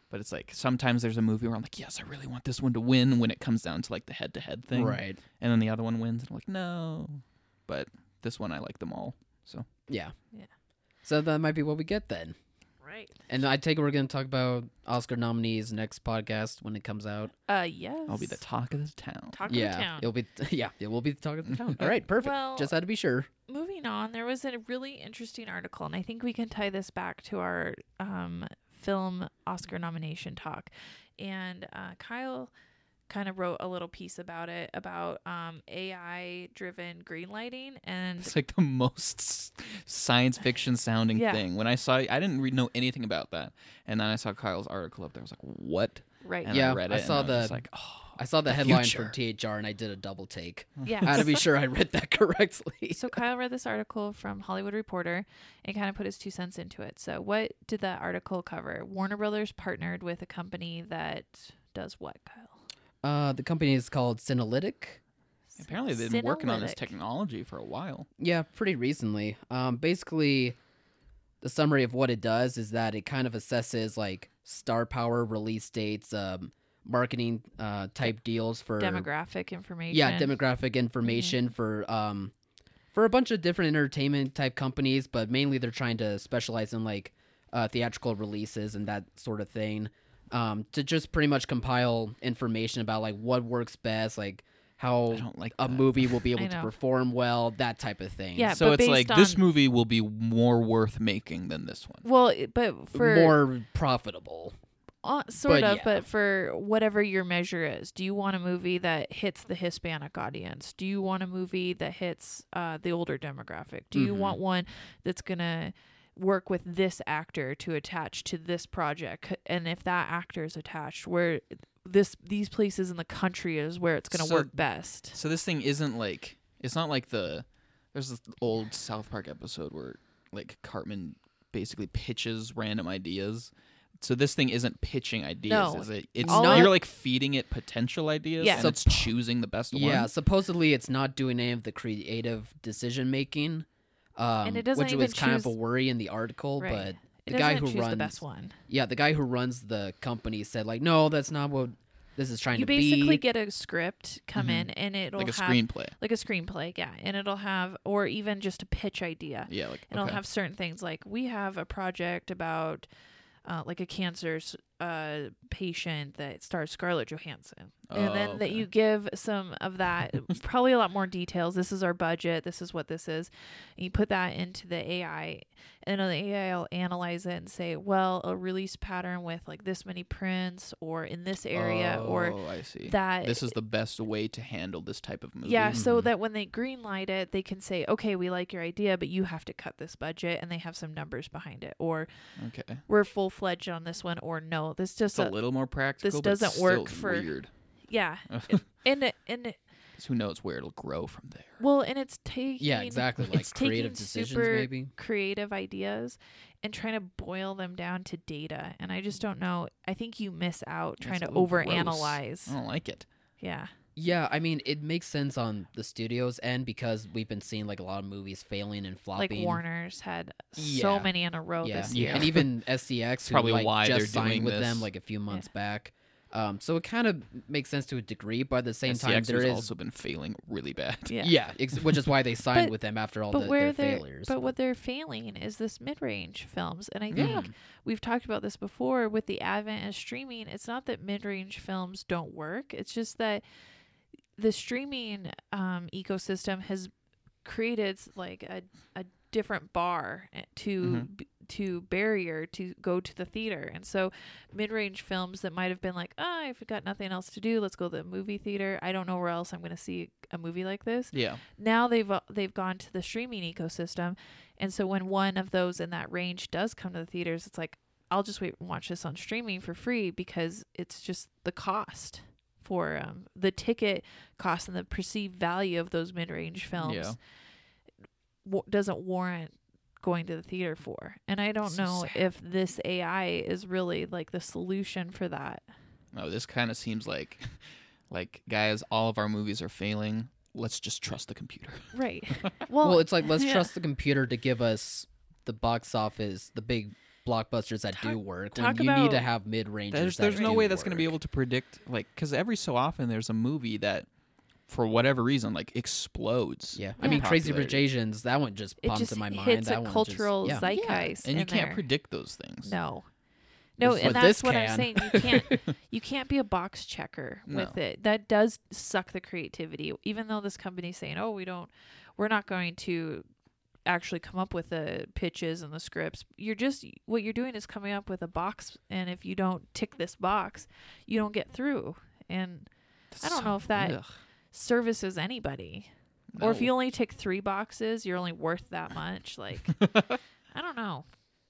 But it's like sometimes there's a movie where I'm like, yes, I really want this one to win when it comes down to like the head to head thing.
right?
and then the other one wins and I'm like no but this one I like them all
Yeah,
Yeah.
So that might be what we get then.
Right.
And I take it we're going to talk about Oscar nominees next podcast when it comes out.
Uh. Yes.
I'll be the talk of the town
talk
yeah,
of the town.
it'll be yeah, it will be the talk of the town. All right, perfect.
Well-
Just had to be sure.
moving on, there was a really interesting article, and I think we can tie this back to our um, film Oscar nomination talk. And uh, Kyle kind of wrote a little piece about it about um, AI driven green lighting and
it's like the most s- science fiction sounding
Yeah.
thing when I saw I didn't read know anything about that and then I saw Kyle's article up there I was like what
right.
and
Yeah,
I read
I
it and
saw
was just
the-
like oh
I saw the,
The
headline
future.
for THR and I did a double take.
Yeah.
I had to be sure I read that correctly.
so Kyle read this article from Hollywood Reporter and kind of put his two cents into it. So what did that article cover? Warner Brothers partnered with a company that does what, Kyle?
Uh, the company is called Synalytic.
Apparently, they've been working on this
Synalytic.
technology for a while.
Yeah, pretty recently. Um, basically, the summary of what it does is that it kind of assesses like star power release dates, um, marketing uh, type deals for
demographic information. Mm-hmm.
yeah demographic information for um for a bunch of different entertainment type companies but mainly they're trying to specialize in like uh, theatrical releases and that sort of thing um to just pretty much compile information about like what works best like
I
how
don't like
a
that.
movie will be able
I
to
know.
perform well that type of thing
Yeah,
So
but
it's like
based
this
on-
movie will be more worth making than this one.
Well, it- but for
more profitable
uh, sort
but
of,
yeah.
but for whatever your measure is, do you want a movie that hits the Hispanic audience? Do you want a movie that hits uh, the older demographic? Do you
Mhm.
want one that's gonna work with this actor to attach to this project? And if that actor is attached, where this these places in the country is where it's gonna
So-
work best.
So this thing isn't like it's not like the there's this old South Park episode where like Cartman basically pitches random ideas. So this thing isn't pitching ideas,
No,
is it? It's
all
you're
it-
like feeding it potential ideas,
Yeah.
and
So
it's choosing the best
yeah
one.
supposedly it's not doing any of the creative decision making um
it doesn't
which
even
was kind of a
choose-
worry in the article
Right.
but
It
the guy
doesn't
who
choose
runs
the best one.
Yeah, the guy who runs the company said like, no, that's not what this is trying
You
to be. Mm-hmm.
basically get a script come in, and it'll
Like a
have
screenplay.
like a screenplay, yeah, and it'll have or even just a pitch idea.
Yeah, like
and
okay.
it'll have certain things like we have a project about uh, like a cancer s- uh, patient that stars Scarlett Johansson, and then
Oh,
that
okay.
you give some of that, probably a lot more details. This is our budget. This is what this is. And you put that into the AI, and then the AI will analyze it and say, well, a release pattern with like this many prints, or in this area, or
Oh, I see.
that
this is the best way to handle this type of movie.
yeah, so
Mhm.
that when they greenlight it, they can say, "Okay, we like your idea, but you have to cut this budget," and they have some numbers behind it, or
Okay.
"We're full fledged on this one," or "No, this
It's
just
a
a-
little more practical. but it's
doesn't work
still
for-
weird.
yeah." and it- and it-
'Cause Who knows where it'll grow from there?
well, and it's taking
yeah, exactly. Like
it's
creative
taking
decisions,
super
maybe.
creative ideas and trying to boil them down to data, and I just don't know. I think you miss out trying
That's
to
a little gross.
overanalyze.
I
Oh.
don't like it.
Yeah,
Yeah, I mean, it makes sense on the studio's end because we've been seeing like a lot of movies failing and
like
flopping.
Warner's had so
Yeah.
many in a row
yeah.
this
Yeah.
year.
and even SCX, who
probably
like,
why
just
they're
signed
doing
with them
this.
like a few months back. Um, so it kind of makes sense to a degree, but at the same time,
SCX
there
has
is
also been failing really bad.
Yeah.
yeah, ex- which is why they signed
But-
with them after all
but
the,
where
their
they're
failures.
but what they're failing is this mid-range films and i think we've talked about this before with the advent of streaming it's not that mid-range films don't work it's just that the streaming um, ecosystem has created like a, a different bar eh, to
Mm-hmm.
to barrier to go to the theater and so mid-range films that might have been like oh i've got nothing else to do let's go to the movie theater i don't know where else i'm going to see a movie like this
Yeah.
now they've uh, they've gone to the streaming ecosystem and so when one of those in that range does come to the theaters it's like i'll just wait and watch this on streaming for free because it's just the cost for um, the ticket cost and the perceived value of those mid-range films
Yeah.
wa- doesn't warrant going to the theater for and i don't
So
know
sad.
if this ai is really like the solution for that
No, this kind of seems like, like guys, all of our movies are failing. Let's just trust the computer.
right
Well,
well,
it's like let's
yeah.
trust the computer to give us the box office, the big blockbusters that do
Talk-
work.
talk
when you need to
about-
have mid rangers.
There's there's no way that's going to be able to predict like because every so often there's a movie that, for whatever reason, like explods.
Yeah, I
in
mean, Crazy Rich
popularity.
Asians. That one just
it
popped
just
in my mind.
hits
that
a
one just-
cultural
yeah.
zeitgeist
and you
in
can't
there.
predict those things.
No. No,
This-
and
but
that's
this
what I'm
can.
saying. You can't you can't be a box checker with
No.
it. That does suck the creativity. Even though this company's saying, "Oh, we don't we're not going to actually come up with the pitches and the scripts." You're just what you're doing is coming up with a box and if you don't tick this box, you don't get through. And I don't know if that-
Ugh,
services anybody. Or if
no.
you only tick 3 boxes, you're only worth that much. Like I don't know.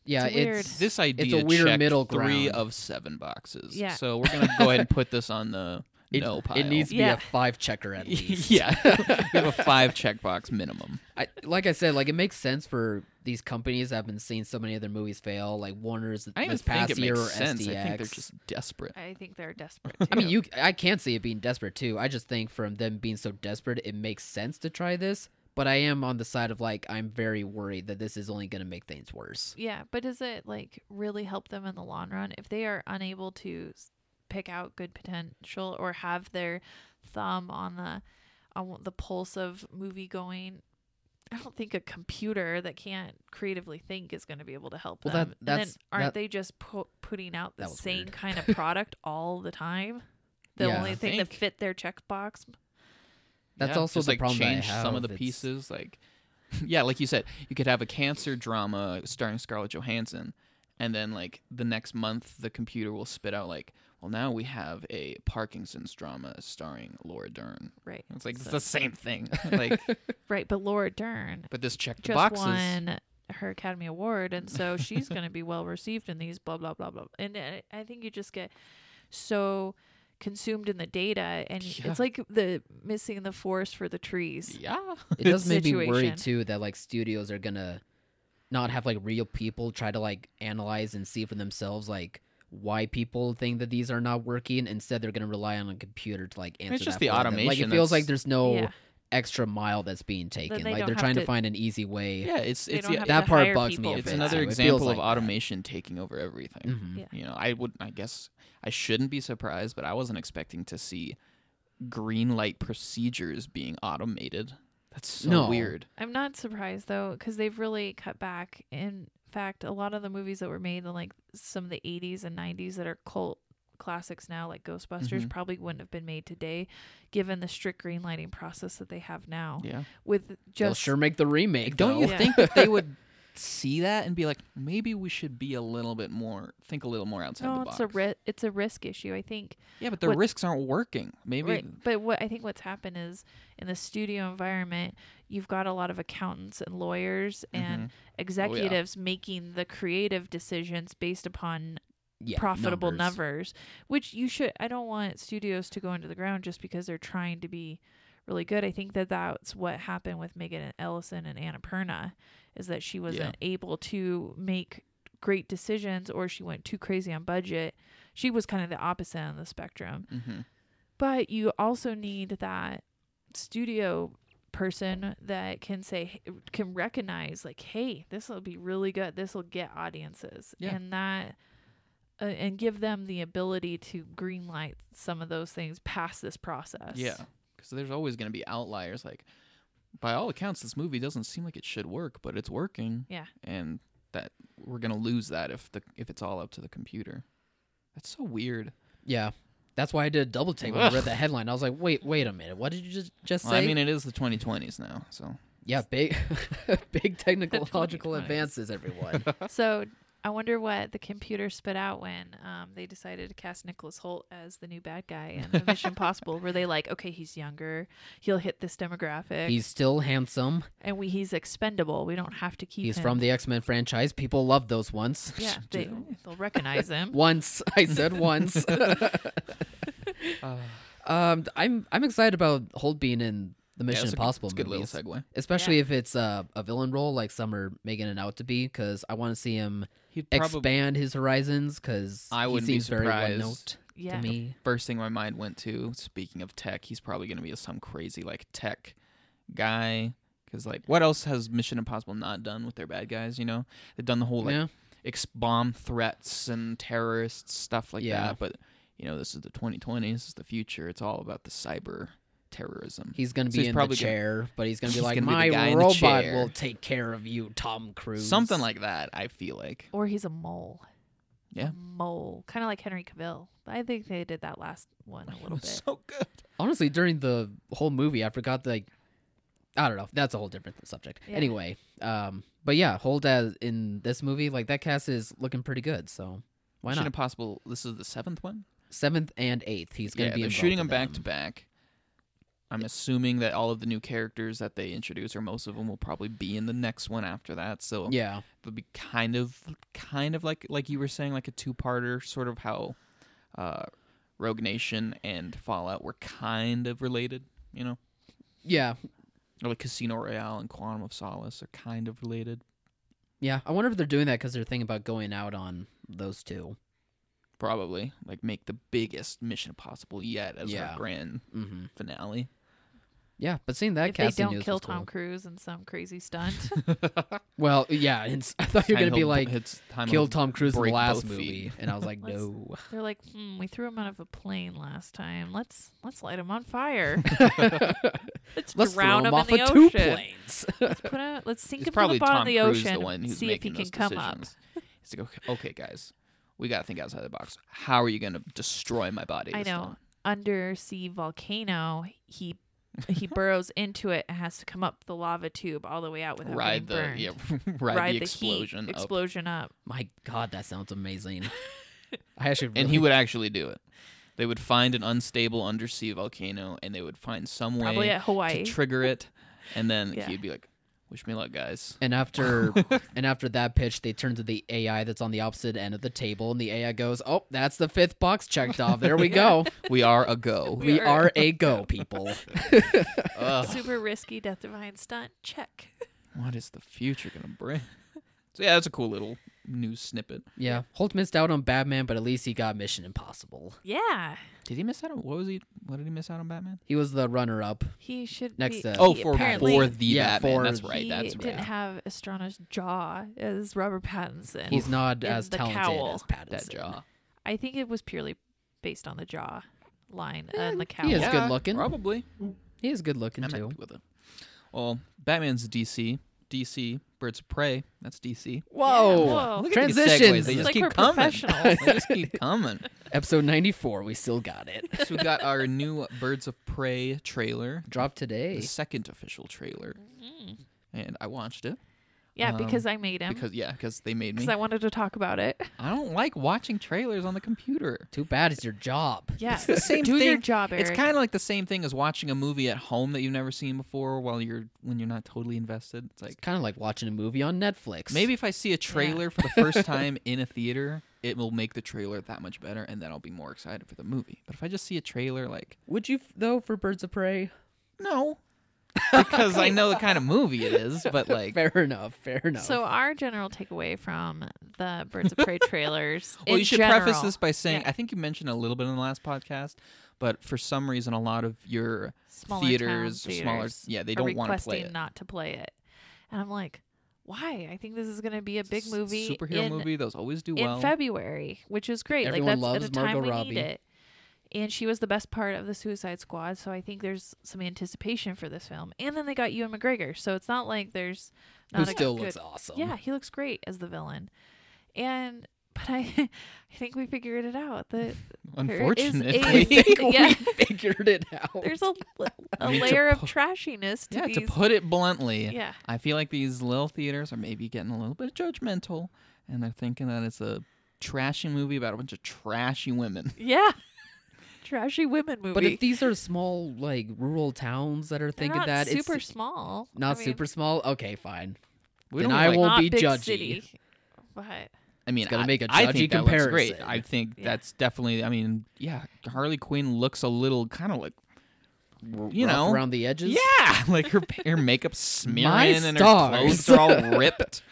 Yeah,
It's weird.
it's
this idea
weird
checked
middle
three
ground.
of seven boxes.
Yeah.
So we're gonna go ahead and put this on the
It,
no pile.
it needs to be
Yeah.
a five checker at least.
yeah, you have a five checkbox minimum.
I, like I said, like it makes sense for these companies that have been seeing so many other movies fail, like Warner's
I don't even
this
think
past
it
year
makes
or
sense.
SDX.
I think they're just desperate.
I think they're desperate.
I mean,
too.
you I can't see it being desperate too. I just think from them being so desperate, it makes sense to try this. But I am on the side of like I'm very worried that this is only going to make things worse.
Yeah, but does it like really help them in the long run if they are unable to s- pick out good potential or have their thumb on the on the pulse of movie going? I don't think a computer that can't creatively think is going to be able to help
Well, that-
them. and then
that's-
aren't
that-
they just pu- putting out the
That was
same
weird.
kind of product all the time? The
Yeah.
only
I
thing that
think-
fit their checkbox.
That's
Yeah,
also
just,
the
like
problem that I
change some of
have.
the
It's-
pieces like yeah like you said you could have a cancer drama starring scarlett johansson and then like the next month the computer will spit out like well now we have a parkinson's drama starring laura dern
Right.
it's like it's
So-
the same thing like
Right, but Laura Dern
but this check the
just
boxes
won her Academy Award, and so she's going to be well received in these blah blah blah blah. And I I think you just get so consumed in the data, and
Yeah.
it's like the missing the forest for the trees.
yeah
It does make me worry
situation.
too that like studios are going to not have like real people try to like analyze and see for themselves like why people think that these are not working. Instead, they're going to rely on a computer to like answer.
just
that
the
for them. Like
automation
it feels like
that's-
there's no
Yeah.
extra mile that's being
they
taken. like
don't
they're
have
trying to,
to-
find an easy way.
yeah it's
They
it's
don't
yeah,
have
that
to
part
hire
bugs me
people
a
it's
bit,
another
too. It feels
example
like
of
that.
automation taking over everything
Mhm.
Yeah.
you know i would i guess i shouldn't be surprised but i wasn't expecting to see green light procedures being automated that's so
No.
weird
I'm not surprised though, because they've really cut back. In fact, a lot of the movies that were made in like some of the 80s and 90s that are cult classics now, like Ghostbusters,
Mhm.
probably wouldn't have been made today, given the strict green lighting process that they have now.
yeah
With
They'll
just
sure make the remake.
don't you
though.
Yeah.
think that they would see that and be like maybe we should be a little bit more think a little more outside
no,
the
it's
box
a ri- it's a risk issue. I think
yeah but their
what-
risks aren't working maybe
Right. But what I think what's happened is in the studio environment, you've got a lot of accountants and lawyers
Mm-hmm.
and
Oh,
executives making the creative decisions based upon
Yeah,
profitable numbers.
numbers.
which you should. I don't want studios to go into the ground just because they're trying to be really good. I think that that's what happened with Megan Ellison and Annapurna, is that she wasn't able to make great decisions or she went too crazy on budget. She was kind of the opposite on the spectrum
hmm
but you also need that studio person that can say can recognize like hey this will be really good this will get audiences
Yeah.
and that uh, and give them the ability to greenlight some of those things past this process
yeah because there's always going to be outliers like by all accounts this movie doesn't seem like it should work but it's working
Yeah.
and that we're going to lose that if the if it's all up to the computer that's so weird
Yeah. That's why I did a double take when I read the headline. I was like, wait, wait a minute. What did you just, just
Well,
say?
I mean, it is the 2020s now, so
yeah, big big technological
2020s.
advances, everyone.
so i wonder what the computer spit out when um, they decided to cast nicholas holt as the new bad guy in the mission possible were they like okay he's younger he'll hit this demographic
he's still handsome.
and we he's expendable we don't have to keep
He's
him.
from the X Men franchise. People love those ones.
Yeah, they, they'll recognize him.
once. I said once.
Uh.
um I'm I'm excited about Holt being in the
Yeah,
Mission
that's a good-
Impossible
it's a good little
movies.
segue.
Especially if it's uh, a villain role like some are making it out to be, because I want to see him
He'd
expand his horizons because
I
he
wouldn't be
seems very one
surprised.
note
Yeah.
to me.
First thing my mind went to, speaking of tech, he's probably going to be some crazy like tech guy. Because like, what else has Mission Impossible not done with their bad guys? You know, they've done the whole like
yeah,
ex- bomb threats and terrorists stuff like
Yeah.
that. But you know, this is the 2020s, this is the future. It's all about the cyber terrorism.
he's gonna
So
be
he's
in
probably
the
gonna-
chair, but he's gonna be
He's
like,
gonna be the
"My
guy in the
robot
chair."
will take care of you, Tom Cruise."
Something like that. I feel like.
Or he's a mole.
Yeah.
A mole. Kind of like Henry Cavill. I think they did that last one a little bit.
so good.
honestly, during the whole movie, I forgot like, I don't know. That's a whole different subject.
Yeah.
Anyway, um, but yeah, Holt as in this movie, like that cast is looking pretty good. So why
Mission
not
Impossible. This is the seventh one.
seventh and eighth? He's gonna
yeah,
be
they're
in both
shooting them
of
back to
them.
back. I'm assuming that all of the new characters that they introduce, or most of them, will probably be in the next one after that. So
Yeah,
it'll be kind of, kind of like like you were saying, like a two parter, sort of how uh, Rogue Nation and Fallout were kind of related, you know?
Yeah,
Or like Casino Royale and Quantum of Solace are kind of related.
yeah. I wonder if they're doing that because they're thinking about going out on those two.
Probably. Like make the biggest mission possible yet as
Yeah.
our grand
hmm
finale.
Yeah, but seeing that
if they
casting
don't
news
kill
was cool.
Tom Cruise in some crazy stunt.
Well, yeah, it's, I thought you were
Time
gonna be
he'll-
like
it's time
kill
he'll
Tom Cruise in the
break
last
both
movie,
feet.
and I was like,
Let's-
no.
They're like, hmm, we threw him out of a plane last time. Let's let's light him on fire. Let's, drown
Let's throw him
him,
off
in the
of two
ocean.
planes.
Let's put him. Let's sink
It's
him to
probably
the bottom
Tom
of the
Cruise
ocean.
the one who's
see if he
making
can
those
come
decisions. He's like, okay, okay, guys, we got to think outside the box. How are you going to destroy my body?
up. I
this
know.
time?
Undersea volcano. He he burrows into it and has to come up the lava tube all the way out without
Ride the
getting burned.
yeah, ride,
Ride
the
heat
explosion. up.
explosion up.
My God, that sounds amazing. I actually
And
really-
he would actually do it. They would find an unstable undersea volcano, and they would find some
Probably
way
at Hawaii.
to trigger it, and then
Yeah.
he'd be like, "Wish me luck, guys."
And after and after that pitch, they turn to the AI that's on the opposite end of the table, and the AI goes, "Oh, that's the fifth box checked off. There we go.
We are a go.
we are a go, people."
Ugh,
Super risky death divine stunt. Check.
what is the future gonna bring? So yeah, that's a cool little news snippet.
Yeah, Holt missed out on Batman, but at least he got Mission Impossible.
Yeah.
Did he miss out on what was he? What did he miss out on Batman?
He was the runner-up.
He should
Next
be,
to-
he
Oh, for
apparently-
for the
Yeah,
Batman.
for
that's right.
He
that's
didn't
right.
have Estrana's jaw as Robert Pattinson.
He's not
In
as
the
talented
cowl.
as Pattinson.
that jaw.
I think it was purely based on the jaw line and the cowl.
he is good looking.
Probably.
He is good looking
I'm
too.
happy with it. Well, Batman's DC. DC. Birds of Prey. That's DC.
Whoa!
whoa. Look
at these segues,
Transitions.
Oh. It's
they just
like
keep
we're
coming.
professionals.
They just keep coming.
Episode 94, we still got it.
So we got our new Birds of Prey trailer.
Dropped today.
The second official trailer. And I watched it.
Mm-hmm. yeah,
Um,
because I made him.
Because yeah, because they made me.
Because I wanted to talk about it.
I don't like watching trailers on the computer.
Too bad it's your job.
Yeah.
It's the same
Do
thing.
your job, Eric.
It's kind of like the same thing as watching a movie at home that you've never seen before while you're when you're not totally invested. It's like
It's kind of like watching a movie on Netflix.
Maybe if I see a trailer for the first time in a theater, it will make the trailer that much better, and then I'll be more excited for the movie. But if I just see a trailer, like
Would you, though, for Birds of Prey?
no, because I know the kind of movie it is. But like,
Fair enough. Fair enough.
So uh, our general takeaway from the Birds of Prey trailers.
well,
in
you should preface
general-
this by saying
Yeah.
I think you mentioned a little bit in the last podcast, but for some reason, a lot of your
smaller
theaters,
town
or smaller,
theaters
yeah, they
are
don't want to
requesting
play it.
not to play it. And I'm like, why? I think this is going to be a big
S-
movie
superhero
in,
movie. Those always do
in
well.
February, which is great.
Everyone
like that's
loves
at a time
Margot
we
Robbie.
need it. And she was the best part of the Suicide Squad, so I think there's some anticipation for this film. And then they got Ewan McGregor, so it's not like there's
Who
not a
still
good,
looks awesome.
yeah, he looks great as the villain. And but I, I think we figured it out that there is a-
Unfortunately.
yeah,
Figured it out.
there's a, a
mean, to
layer of
pu-
trashiness to
Yeah,
these
to put it bluntly,
Yeah.
I feel like these little theaters are maybe getting a little bit judgmental, and they're thinking that it's a trashy movie about a bunch of trashy women.
Yeah. Trashy women movie.
But if these are small, like, rural towns that are
They're
thinking
not
that,
super
it's
small. I
not
mean,
super small, okay, fine.
We
Then
don't
I
like-
won't
not
be
big
judgy.
city, But
I mean,
gotta
I,
make a
I
judgy
think that looks great.
comparison.
I think
Yeah.
that's definitely. I mean, yeah, Harley Quinn looks a little kind of like, you
Rough
know,
around the edges.
yeah, like her her makeup smearing
My
and her
stars.
clothes are all ripped.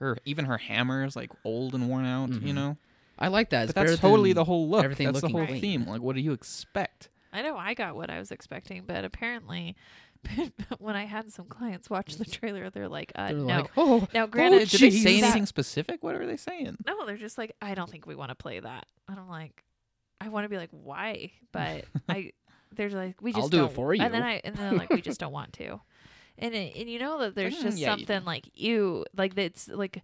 Her even her hammer is like old and worn out. You
Mhm.
know,
I like that. It's
but that's
better
totally
than-
the whole look.
everything
that's the
looking
whole
clean.
theme. Like, what do you expect?
I know I got what I was expecting, but apparently when I had some clients watch the trailer, they're like, uh,
They're
no.
like, oh,
now
Did
granted,
jeez.
they say
that-
anything specific? What were they saying?
No, they're just like, I don't think we want to play that. And I'm like, I want to be like, why? But I, there's like, we
I'll
just
do it
don't-
for
And then
you.
I, and then like, we just don't want to. And it, and you know that there's
Mm,
just
yeah, you
something like you, like that's like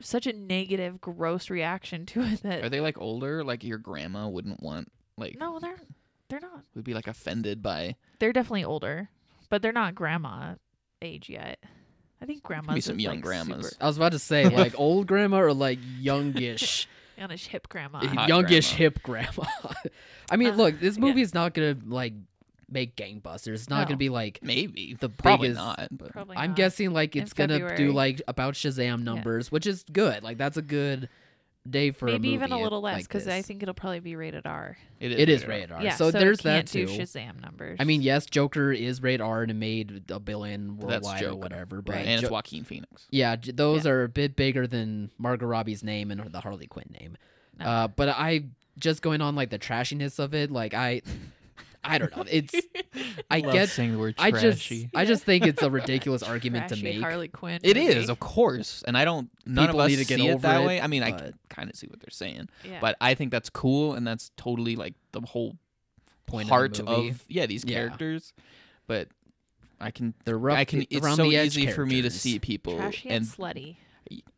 such a negative, gross reaction to it that
Are they like older? Like your grandma wouldn't want like
no, they're they're not.
would be like offended by
They're definitely older, but they're not grandma age yet. I think grandma's
maybe some
is,
young
like,
grandmas.
super-
I was about to say, like old grandma or like youngish,
youngish hip grandma.
Hot
youngish
grandma.
hip grandma. I mean,
Uh,
look, this
yeah.
movie is not gonna like make gangbusters. It's not
No.
gonna be like.
Maybe
The
probably
biggest-
not. But
Probably.
I'm
not.
guessing like
In
it's gonna do
February.
like about Shazam numbers, which is good. Like that's a good day for
Maybe
a movie
even a little less
because
because I think it'll probably be rated R.
is.
it is rated R.
Yeah,
so,
so,
there's
it
that
can't
too.
do Shazam numbers.
I mean, yes, Joker is rated R and it made a billion
But that's
worldwide or
Joker,
whatever. But
Right. And
Jo-
it's Joaquin Phoenix.
yeah, j- those are a bit bigger than Margot Robbie's name and the Harley Quinn name.
No.
Uh, but I just going on like the trashiness of it. Like I, I don't know. It's I
Love
get.
saying the word
I
trashy.
just I just think it's a ridiculous argument to
Trashy
make.
Harley Quinn.
It
movie.
is, of course, and I don't. None
People
of us
need to get
see
over
it that
it,
way. I mean, I
but-
kind of see what they're saying,
Yeah.
but I think that's cool, and that's totally like the whole
Point of the
heart of,
movie.
yeah these
Yeah.
characters. But I can,
They're rough.
I can. It's
around
so
the edge
easy for me to
characters.
see people,
trashy and,
and
slutty.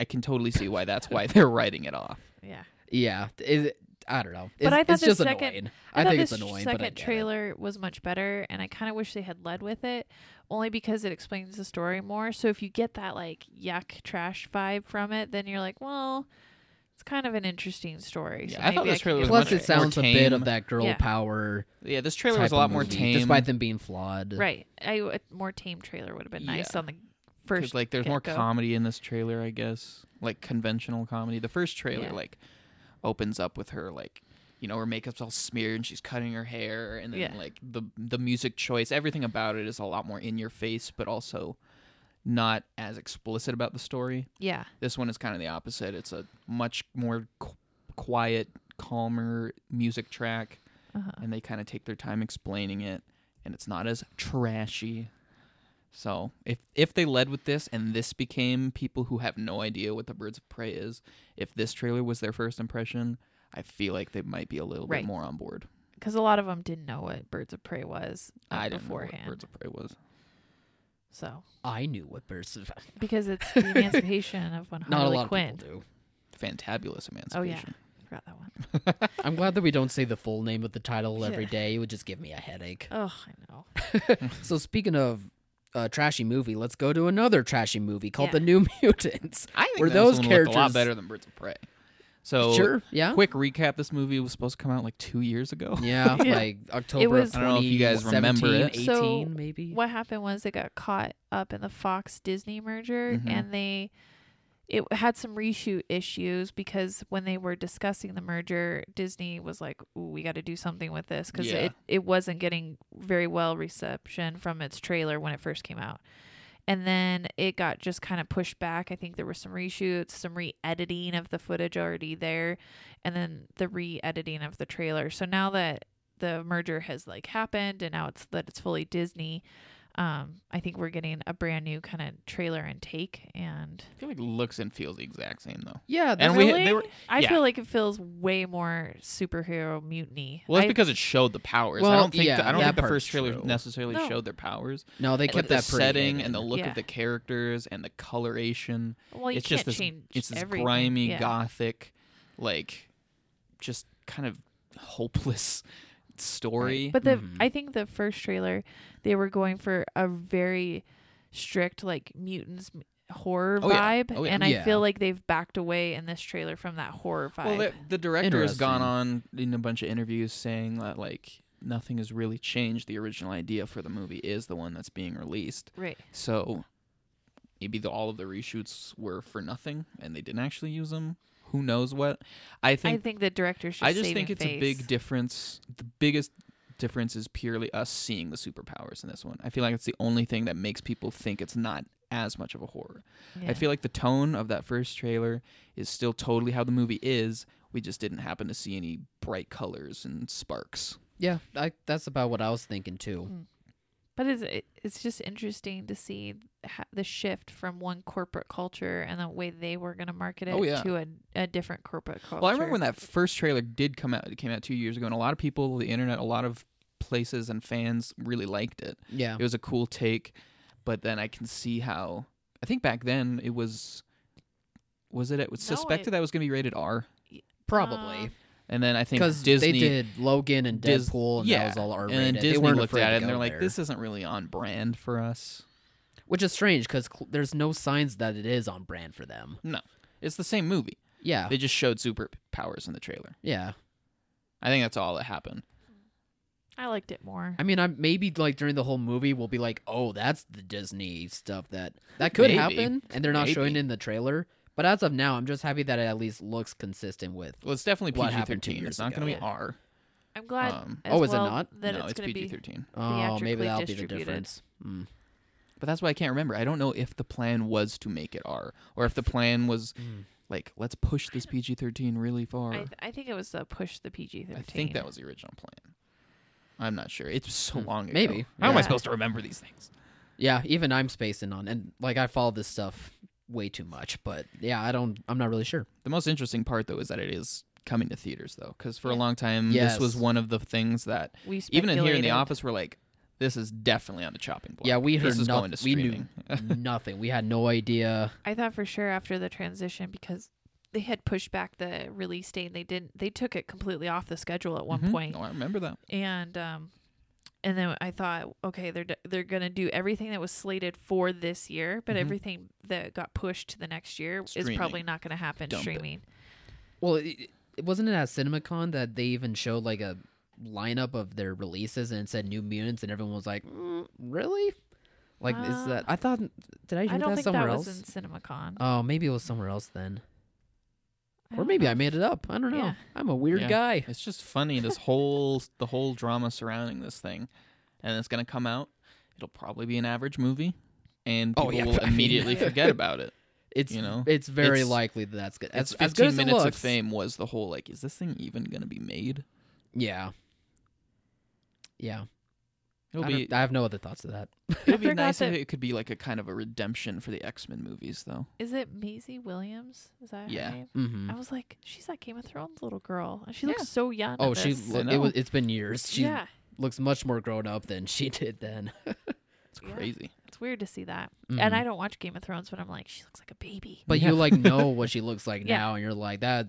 I can totally see why that's why they're writing it off.
Yeah.
Yeah, it, I don't know. It's,
But I thought
it's
the
just
second-
annoying.
I,
I,
thought
think
this
it's annoying.
second
but I get it.
trailer was much better, and I kind of wish they had led with it, only because it explains the story more. So if you get that like yuck trash vibe from it, then you're like, well, it's kind of an interesting story.
Yeah,
so
I thought
maybe
this
can
trailer
get
was
with
Plus,
much
it sounds a
more
bit
tame.
of that girl
Yeah.
power.
Yeah, this trailer was
type
a lot
of
more
movie,
tame,
despite them being flawed.
right. I a more tame trailer would have been nice
Yeah.
on the
'cause,
first.
like there's more
get-go.
comedy in this trailer, I guess, like conventional comedy. The first trailer
Yeah.
like opens up with her like you know her makeup's all smeared and she's cutting her hair and then
Yeah.
like the the music choice everything about it is a lot more in your face but also not as explicit about the story
Yeah,
this one is kind of the opposite it's a much more qu- quiet calmer music track
uh-huh.
and they kind of take their time explaining it and it's not as trashy so if if they led with this and this became people who have no idea what the birds of prey is if this trailer was their first impression i feel like they might be a little
Right.
bit more on board
because a lot of them didn't know what Birds of Prey was uh,
i didn't know
beforehand.
what birds of prey was
So
I knew what birds of
because it's the emancipation of when
not a
Harley
lot
Quinn.
of people do.
fantabulous
Oh yeah,
emancipation
forgot that one.
I'm glad that we don't say the full name of the title
Yeah.
every day. It would just give me a headache.
Oh, I know.
so speaking of uh, trashy movie, let's go to another trashy movie called
Yeah.
The New Mutants.
i think
Were
that this
those
one looked a lot
characters-
better than birds of prey so
sure, yeah,
quick recap this movie was supposed to come out like two years ago
yeah,
Oh. Yeah.
like October. of
was- I
don't know if you guys remember
2017,
it.
18
So,
maybe.
what happened was they got caught up in the Fox Disney merger
Mm-hmm.
Mhm.
and they it had some reshoot issues because when they were discussing the merger, Disney was like, Ooh, we got to do something with this because
Yeah.
it, it wasn't getting very well reception from its trailer when it first came out. And then it got just kind of pushed back. I think there were some reshoots, some re editing of the footage already there, and then the re editing of the trailer. So now that the merger has like happened and now it's that it's fully Disney, um, I think we're getting a brand new kind of trailer and take. And
i feel like looks and feels the exact same though
yeah,
and
this-
we-
Really?
they were-
I
yeah.
feel like it feels way more superhero mutiny.
Well, that's
I-
because it showed the powers. I
Well,
don't think
yeah,
the, I don't
that
think the
part's
first trailer
true.
necessarily
No.
showed their powers.
no, they
Like
kept
the
that pretty
setting
hidden.
and the look
Yeah.
of the characters and the coloration.
well, you
it's
can't
just this.
change.
It's this
everything.
grimy,
yeah.
gothic, like, just kind of hopeless story.
But the
Mhm.
I think the first trailer they were going for a very strict like mutants m- horror
Oh, yeah.
vibe,
Oh, yeah.
and I
Yeah.
feel like they've backed away in this trailer from that horror vibe.
well, the, the director has gone on
Interesting.
in a bunch of interviews saying that like nothing has really changed. The original idea for the movie is the one that's being released.
right.
So maybe the, all of the reshoots were for nothing and they didn't actually use them. Who knows what? I
I
think
think the director's. Just
I just
saving
think it's a
face.
big difference. The biggest difference is purely us seeing the superpowers in this one. I feel like it's the only thing that makes people think it's not as much of a horror.
Yeah.
I feel like the tone of that first trailer is still totally how the movie is. We just didn't happen to see any bright colors and sparks.
Yeah, I, that's about what I was thinking too.
But it's it- it's just interesting to see ha- the shift from one corporate culture and the way they were going to market it
Oh, yeah.
to a, a different corporate culture.
Well, I remember when that first trailer did come out. It came out two years ago, and a lot of people, the internet, a lot of places and fans really liked it.
Yeah,
It was a cool take, but then I can see how. I think back then it was, was it? It was
No,
suspected
it-
that it was going to be rated R,
Uh,
probably
and then I think
because
Disney
they did Logan and
Dis-
Deadpool, and
yeah,
that was all R
and then
rated. They
Disney
weren't
looked
afraid
at
to
it and
go
they're like,
there.
"This isn't really on brand for us."
which is strange because cl- there's no signs that it is on brand for them.
No, it's the same movie.
Yeah,
They just showed superpowers in the trailer.
yeah.
I think that's all that happened.
I liked it more.
I mean, I maybe like during the whole movie we'll be like, oh, that's the Disney stuff that that could
Maybe.
happen, and they're not showing
Maybe.
in the trailer. But as of now, I'm just happy that it at least looks consistent with.
Well, it's definitely
What
PG
happened two
thirteen. It's
years
not going to be
ago.
R.
I'm glad.
Um,
as
oh, is it
well
not?
That
no,
it's, going to
PG
be.
thirteen.
Oh, maybe
Theatrically
that'll be the
distributed.
difference. Mm.
But that's why I can't remember. I don't know if the plan was to make it R or if the plan was like let's push this PG thirteen really far.
I,
I,
th- I think it was the push the PG thirteen.
think that was the original plan. I'm not sure. It's so
Hmm.
long ago.
Maybe.
How am I
Yeah.
supposed to remember these things?
Yeah, even I'm spacing on, and like I follow this stuff way too much. But yeah, I don't. I'm not really sure.
The most interesting part though is that it is coming to theaters though, because for a
Yeah.
long time this was
Yes.
one of the things that
we
even in here in the
speculated.
office we're like, this is definitely on the chopping block.
Yeah, we
This
heard
is
noth-
going to
we knew-
streaming.
Nothing. We had no idea.
I thought for sure after the transition because they had pushed back the release date. And they didn't. They took it completely off the schedule at one
Mhm.
point.
Oh, I remember that.
and um and then I thought, okay, they're d- they're gonna do everything that was slated for this year, but
Mhm.
everything that got pushed to the next year is probably
Streaming.
not gonna happen
Dump it.
streaming.
Well, it, it- wasn't it at CinemaCon that they even showed like a lineup of their releases and it said New Mutants, and everyone was like, mm, "Really? Like, is
Uh,
that?" I thought. Did I hear
I don't
that
think
somewhere
that
else?
was in CinemaCon,
Oh, maybe it was somewhere else then,
I
or
don't
maybe
know.
I made it up. I don't know.
Yeah.
I'm a weird
Yeah.
guy.
It's just funny this whole the whole drama surrounding this thing, and it's gonna come out. It'll probably be an average movie, and
Oh,
people
yeah,
will
I mean-
immediately forget about it.
It's
You know,
it's very
it's-
likely that that's good.
it's
As, as good
15
as it
minutes
looks,
of fame was the whole like, is this thing even gonna be made?
Yeah. Yeah.
It'll
I,
be.
don't- I have no other thoughts to that.
It'll be
forgot
nice if
that-
it could be like a kind of a redemption for the X Men movies, though.
Is it Maisie Williams? Is that
Yeah.
her name?
hmm
I was like, she's that Game of Thrones little girl, and she
Yeah.
looks so young.
Oh,
in
she
this.
lo-
I
it
know.
was, it's been years. She
yeah,
looks much more grown up than she did then.
It's
Yeah.
crazy.
it's weird to see that.
Mhm.
And I don't watch Game of Thrones, but I'm like, she looks like a baby.
But
Yeah.
you like know what she looks like
Yeah.
now, and you're like that.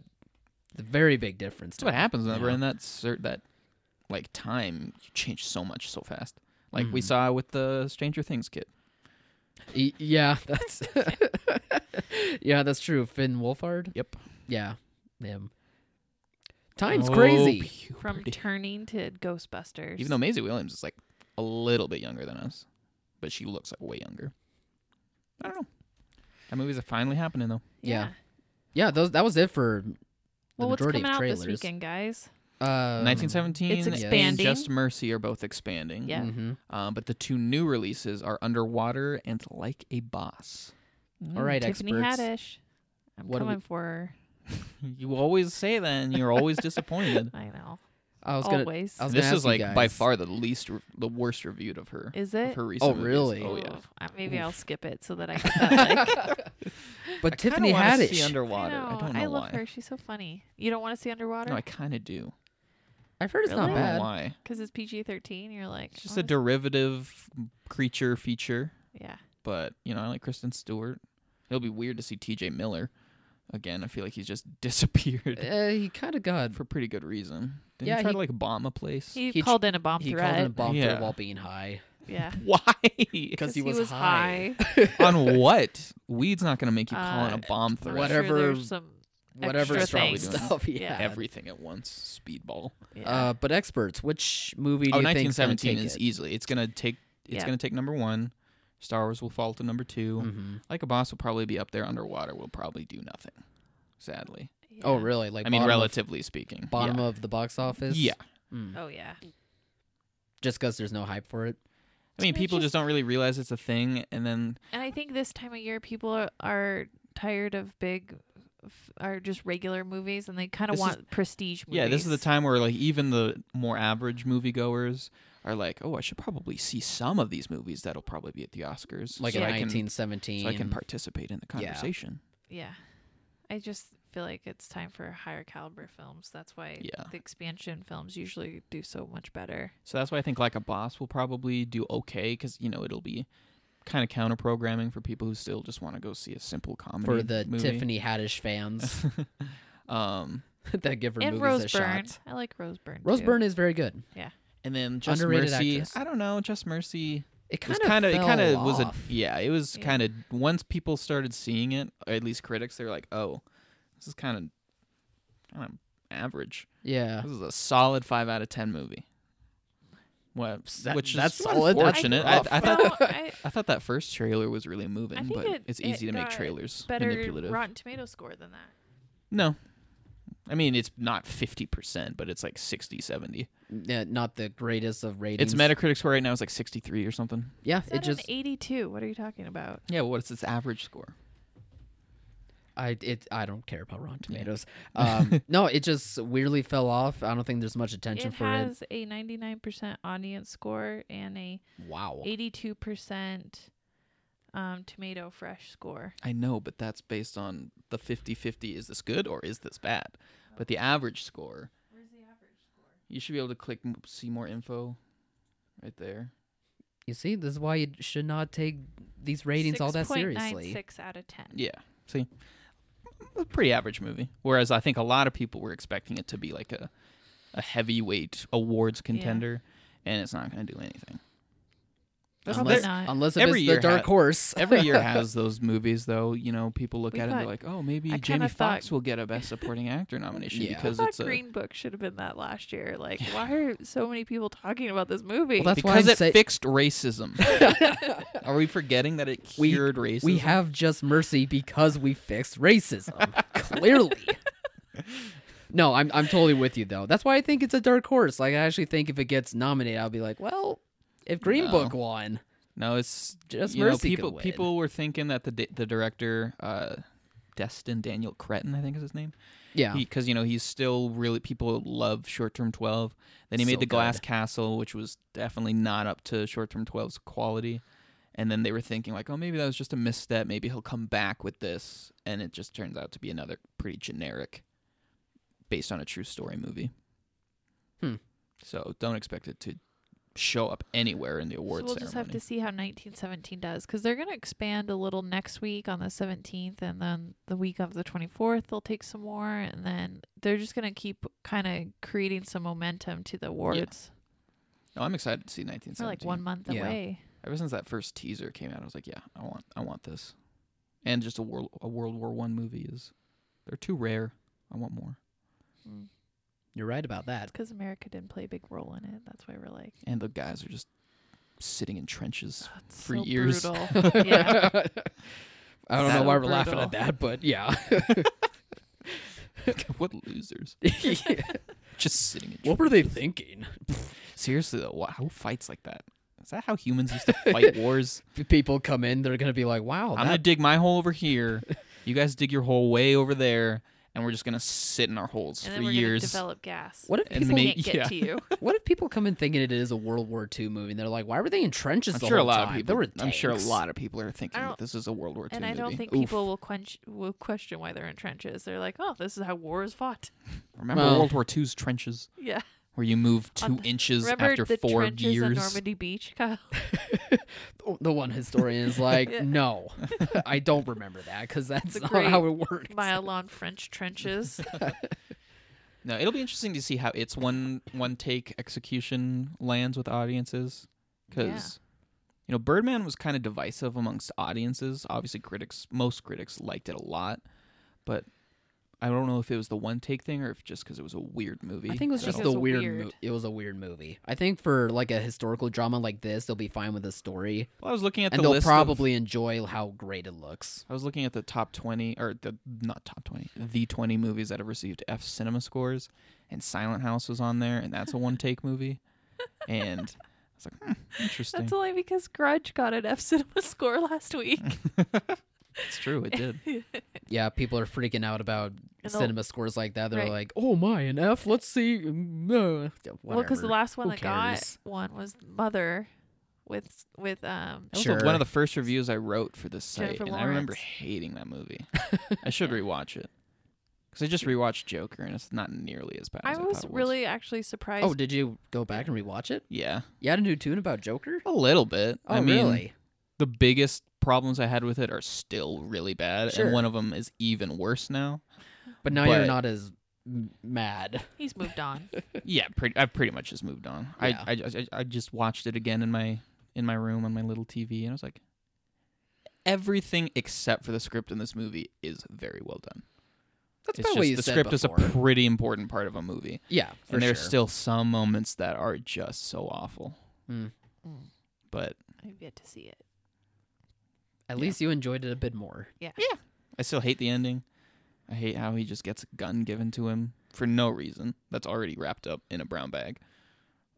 The very big difference.
That's what
now.
happens when we're
Yeah.
in that cer- that like time. You change so much so fast. Like we
Mhm.
saw with the Stranger Things kid.
Y- yeah, that's. yeah, that's true. Finn Wolfhard.
Yep.
Yeah, him. Time's
Oh,
crazy.
From
puberty.
turning to Ghostbusters,
Even though Maisie Williams is like a little bit younger than us, but she looks like way younger. I don't know. That movie's finally happening though.
yeah. Yeah, those that was it for the
Well, what's
majority
coming
of
out
trailers.
this weekend, guys?
Um,
1917
It's
and
expanding.
Just Mercy are both expanding.
Yeah.
mhm.
Um, but the two new releases are Underwater and Like a Boss.
All right,
Tiffany
experts.
Haddish. I'm
What do we-
coming for her.
You always say that, and you're always disappointed.
I know.
I was gonna.
Always.
I was
This
gonna
is
ask you
like by
guys.
far the least, re- the worst reviewed of her.
Is
of
it?
her recent movies.
really?
Oh yeah.
Uh, Maybe I'll skip it so that I can. Like,
I
but
kinda
Tiffany
wanna
Haddish.
See
I,
underwater.
know.
I, don't know
I
why.
love her. She's so funny. You don't want to see underwater
No, I kind of do.
I've heard it's
I
not
don't
Really?
know
bad.
why.
because it's PG-13. You're like,
It's just
"Oh,
a derivative creature feature,
this- yeah.
but you know, I like Kristen Stewart. It'll be weird to see TJ Miller again. I feel like he's just disappeared
Uh, he kind of got.
for pretty good reason. Didn't
Yeah,
he try
he-
to like bomb a place?
He,
He
called in a bomb
He
threat.
called it a bomb
Yeah.
threat while being high
Yeah,
Why?
because
he was high.
On what? Weed's not gonna make you call in a
Uh,
bomb threat.
I'm
Whatever-
Sure there's some.
Whatever
Extra
strong
things.
stuff. Yeah.
Yeah.
Everything at once. Speedball.
Yeah.
Uh, but experts, which movie do
Oh,
you think
1917 is easily. It's gonna take. It's
Yeah.
gonna take number one. Star Wars will fall to number 2
hmm
Like a boss will probably be up there. Underwater will probably do nothing. Sadly.
Oh,
yeah.
really? Like
I mean,
bottom
relatively speaking.
Of, bottom
yeah.
of the box office.
Yeah.
Mm.
Oh yeah.
Just because there's no hype for it.
I mean,
It's
people just
just-
don't really realize it's a thing, and then
And I think this time of year, people are, are tired of big, f- are just regular movies, and they kind
This
of
is-
want prestige movies.
yeah, this is the time where like even the more average moviegoers are like, oh, I should probably see some of these movies that'll probably be at the Oscars,
Like
so
in
I can
1917.
so I can participate in the
Yeah.
conversation.
Yeah. I just feel like it's time for higher caliber films. That's why
Yeah.
the expansion films usually do so much better.
So that's why I think like a boss will probably do okay because you know it'll be kind of counter programming for people who still just want to go see a simple comedy
for the
movie.
Tiffany Haddish fans
Um,
that give her
and
movies
Rose
a
Byrne.
shot.
I like Rose Byrne.
Rose
too.
Byrne is very good.
and then just
Underrated
mercy.
actress.
I don't know, just mercy.
It
was
kind of
kind of it kind of was
was
a e- yeah it was
Yeah.
kind of once people started seeing it or at least critics they were like oh this is kind of kind of average
yeah.
this is a solid 5 out of 10 movie Well,
That-
which
that's
is
solid. That's
unfortunate. I,
rough.
I
No,
thought
I-
I thought that first trailer was really moving,
I think
but
it-
it's
it
easy to make
got
trailers
better
manipulative.
Rotten Tomato score than that.
No. I mean, it's not 50%, but it's like 60, 70.
Yeah, not the greatest of ratings.
Its Metacritic score right now is like 63 or something.
Yeah,
It's
it
at
just
an e- 82. What are you talking about?
Yeah, but what's its average score?
I it I don't care about Rotten
Yeah.
Tomatoes. Um, no, it just weirdly fell off. I don't think there's much attention
It
for
has a 99% audience score and a
it. Wow.
82% um, tomato fresh score.
I know, but that's based on the 50 50 is this good or is this bad? But the average score,
Where's the average score?
you should be able to click m- see more info right there.
You see, this is why you should not take these ratings all that seriously.
Six out of 10.
Yeah, see? A pretty average movie. Whereas I think a lot of people were expecting it to be like a, a heavyweight awards contender, and it's not going to do anything.
That's
unless,
probably not.
unless if
Every
it's the
year
dark
had-
horse.
Every year has those movies, though. You know, people look
We
at it and
thought-
they're like, "Oh, maybe
I kinda
Jamie
thought-
Foxx will get a Best Supporting Actor nomination
Yeah.
I
because
thought
it's a
Green Book should have been that last year. Like, why are so many people talking about this movie?
Well, that's why
because
I'm
it
say-
fixed racism." Are we forgetting that it
We-
cured racism?
we have just mercy because we fixed racism. Clearly. No, I'm I'm totally with you though. That's why I think it's a dark horse. Like I actually think if it gets nominated, I'll be like, well, if Green
No.
Book won,
no, it's
Just
you know,
mercy could
people
win.
people were thinking that the di- the director, uh, Destin Daniel Cretton, I think is his name.
yeah,
because you know he's still really people love short term 12 then he
So
made the glass
good.
castle which was definitely not up to short term 12's quality and then they were thinking like oh maybe that was just a misstep maybe he'll come back with this and it just turns out to be another pretty generic based on a true story movie
Hmm.
so don't expect it to show up anywhere in the
so
awards
we'll just have to
ceremony
see how 1917 does because they're going to expand a little next week on the 17th, and then the week of the 24th, they'll take some more, and then they're just going to keep kind of creating some momentum to the awards.
no Oh, i'm excited to see
We're
1917
like one month
Yeah.
away.
ever since that first teaser came out, I was like, yeah, I want, I want this. And just a world, a World War One movie is, they're too rare. I want more.
you're right about that.
Because America didn't play a big role in it. That's why we're like,
And the guys are just sitting in trenches.
that's
For
so
years.
brutal. yeah.
I don't know
So
why we're laughing
brutal.
at that, but yeah.
what losers? Just sitting in.
what were they thinking?
Seriously though, wha- how fights like that? Is that how humans used to fight wars?
If People come in, they're gonna be like, "Wow,
I'm gonna
that,
dig my hole over here. You guys dig your hole way over there, and we're just gonna sit in our holes
and
for
then we're going to
years.
develop gas.
What if
Because
people-
they can't get
Yeah.
to you?
what if people come in thinking it is a World War II movie? And they're like, "Why were they in trenches?"
I'm
the
sure a
whole
lot of
time?
people.
There were
I'm sure a
tanks."
lot of people are thinking
don't-
that this is a World War II
and
movie.
I don't think
Oof.
people will quench will question why they're in trenches. They're like, oh, this is how war is fought.
Remember
Well-
World War II's trenches.
Yeah.
where you move two
On
inches
Remember
after
the
four
trenches in
years.
Normandy Beach, Kyle?
Oh, The one historian is like,
Yeah.
"No, I don't remember that because that's
The
not
great
how it works."
Mile long French trenches.
No, it'll be interesting to see how its one one take execution lands with audiences, because you know Birdman was kind of divisive amongst audiences. Obviously, critics most critics liked it a lot, but I don't know if it was the one take thing or if just because it was a weird movie.
I think it was
I
just
think
the
it was
weird.
weird.
mo- it was a weird movie. I think for like a historical drama like this, they'll be fine with the story,
Well, I was looking at
and
the
they'll
list. of-
probably enjoy how great it looks.
I was looking at the top twenty or the not top twenty, the twenty movies that have received F Cinema scores, and Silent House was on there, and that's a one take movie, and. I was like, hmm, interesting.
That's only because Grudge got an F cinema score last week.
It's true. It did.
Yeah, people are freaking out about
And the-
cinema scores like that. They're
Right.
like, "Oh my, an F. Let's see." Mm, Uh, yeah,
well, because the
whatever.
last one
Who
that got
cares?
one was Mother, with with um.
That was
Sure.
one of the first reviews I wrote for this site,
Jennifer
and I remember
Lawrence.
hating that movie. I should rewatch it because I just rewatched Joker, and it's not nearly as bad.
I
as I
was
thought it
really actually surprised.
Oh, did you go back and rewatch it?
Yeah,
You had a new tune about Joker.
a little bit.
Oh,
I mean,
really?
the biggest problems I had with it are still really bad,
Sure.
and one of them is even worse now.
But now
but-
you're not as m- mad.
He's moved on.
yeah, pretty. I've pretty much just moved on.
Yeah.
I, I ju- I I just watched it again in my in my room on my little TV, and I was like, everything except for the script in this movie is very well done.
That's
it's
about
just
what you
the
said
script
before.
is a pretty important part of a movie
yeah, for
and there's
sure.
still some moments that are just so awful
Mm.
Mm.
But
I've yet to see it.
At least you enjoyed it a bit more.
I still hate the ending. I hate how he just gets a gun given to him for no reason. That's already wrapped up in a brown bag.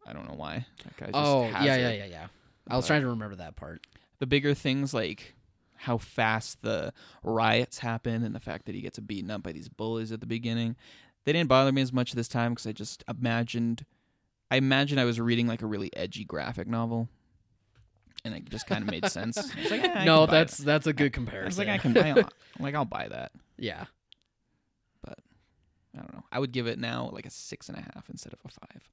I don't know why. That guy just
oh
has
yeah,
it.
yeah, yeah, yeah. I was
But-
trying to remember that part.
The bigger things like how fast the riots happen and the fact that he gets beaten up by these bullies at the beginning. They didn't bother me as much this time because I just imagined. I imagined I was reading like a really edgy graphic novel, and it just kind of made sense. I was like, "Yeah, I
no,
can buy
that's
that."
that's a good
I
comparison.
was like, I can buy. Like, I'll buy that.
yeah.
I don't know. I would give it now like a six and a half instead of a five.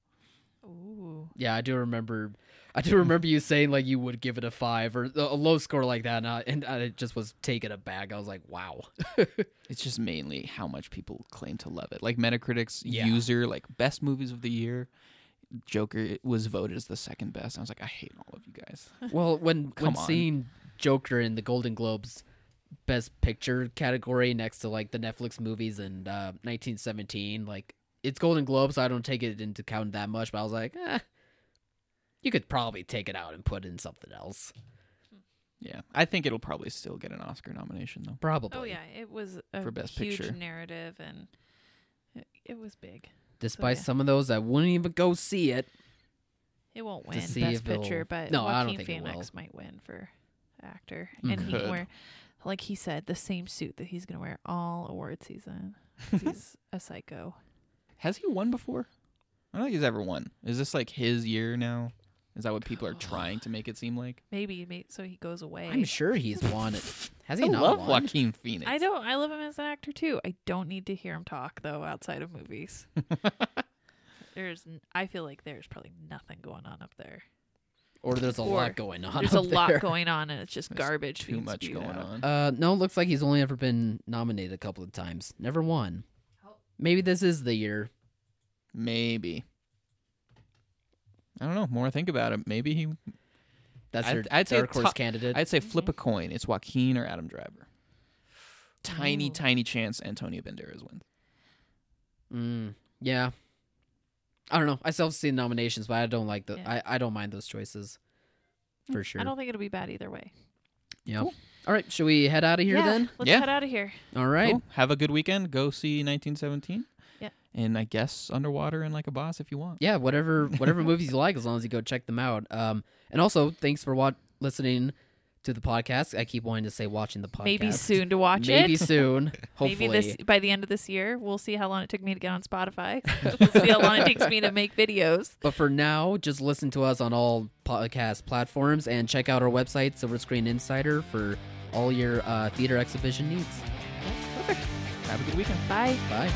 Ooh.
Yeah, I do remember. I do remember you saying like you would give it a five or a low score like that, and I, and I just was taken aback. I was like, wow.
It's just mainly how much people claim to love it. Like Metacritic's
Yeah.
user, like best movies of the year, Joker was voted as the second best. I was like, I hate all of you guys.
Well, when
Come
when
on.
seeing Joker in the Golden Globes Best Picture category next to like the Netflix movies and uh, 1917, like it's Golden Globe, so I don't take it into account that much. But I was like, eh, you could probably take it out and put in something else,
Yeah, I think it'll probably still get an Oscar nomination though.
probably.
Oh yeah, it was a
For Best
huge
Picture.
narrative and it, it was big.
Despite
Oh, yeah.
some of those, I wouldn't even go see it.
It won't
To
win
see
Best
if it'll-
Picture, but
No, I don't
Joaquin
think it
Phoenix
will. Mm.
might win for actor, and he
Could.
can wear, like he said, the same suit that he's gonna wear all award season. 'cause He's a psycho.
Has he won before? I don't think he's ever won. Is this like his year now? Is that what people are trying to make it seem like?
Maybe, may so he goes away.
I'm sure he's won it. Has he
I
not
love
won?
Joaquin Phoenix.
I don't. I love him as an actor too. I don't need to hear him talk though outside of movies. there's, n- I feel like there's probably nothing going on up there.
Or there's a
Or
lot going on.
There's a
up there.
lot going on, and it's just
There's
garbage.
Too
being
much
spewed
going
out.
on.
Uh, no, looks like he's only ever been nominated a couple of times. Never won. Maybe this is the year.
Maybe. I don't know. More I think about it, maybe he
That's
I'd-
your
I'd say
dark horse
top-
candidate.
I'd say flip a coin. It's Joaquin or Adam Driver. Tiny,
Ooh.
tiny chance Antonio Banderas wins.
Mm, yeah. I don't know. I still have seen nominations, but I don't like the.
Yeah.
I, I don't mind those choices. For sure.
I don't think it'll be bad either way.
yeah. All right. Should we head out of here
yeah,
then?
let's
Yeah.
head out of here.
All right.
Cool. Have a good weekend. Go see 1917.
Yeah.
And I guess Underwater and Like a Boss if you want.
Yeah. Whatever. Whatever movies you like, as long as you go check them out. Um. And also, thanks for wat- listening to the podcast. I keep wanting to say watching the podcast.
Maybe soon to watch
Maybe
it.
soon. Hopefully.
Maybe this by the end of this year, we'll see how long it took me to get on Spotify. we'll see how long it takes me to make videos.
But for now, just listen to us on all podcast platforms and check out our website, Silver Screen Insider, for all your uh, theater exhibition needs.
Have a good weekend.
Bye.
Bye.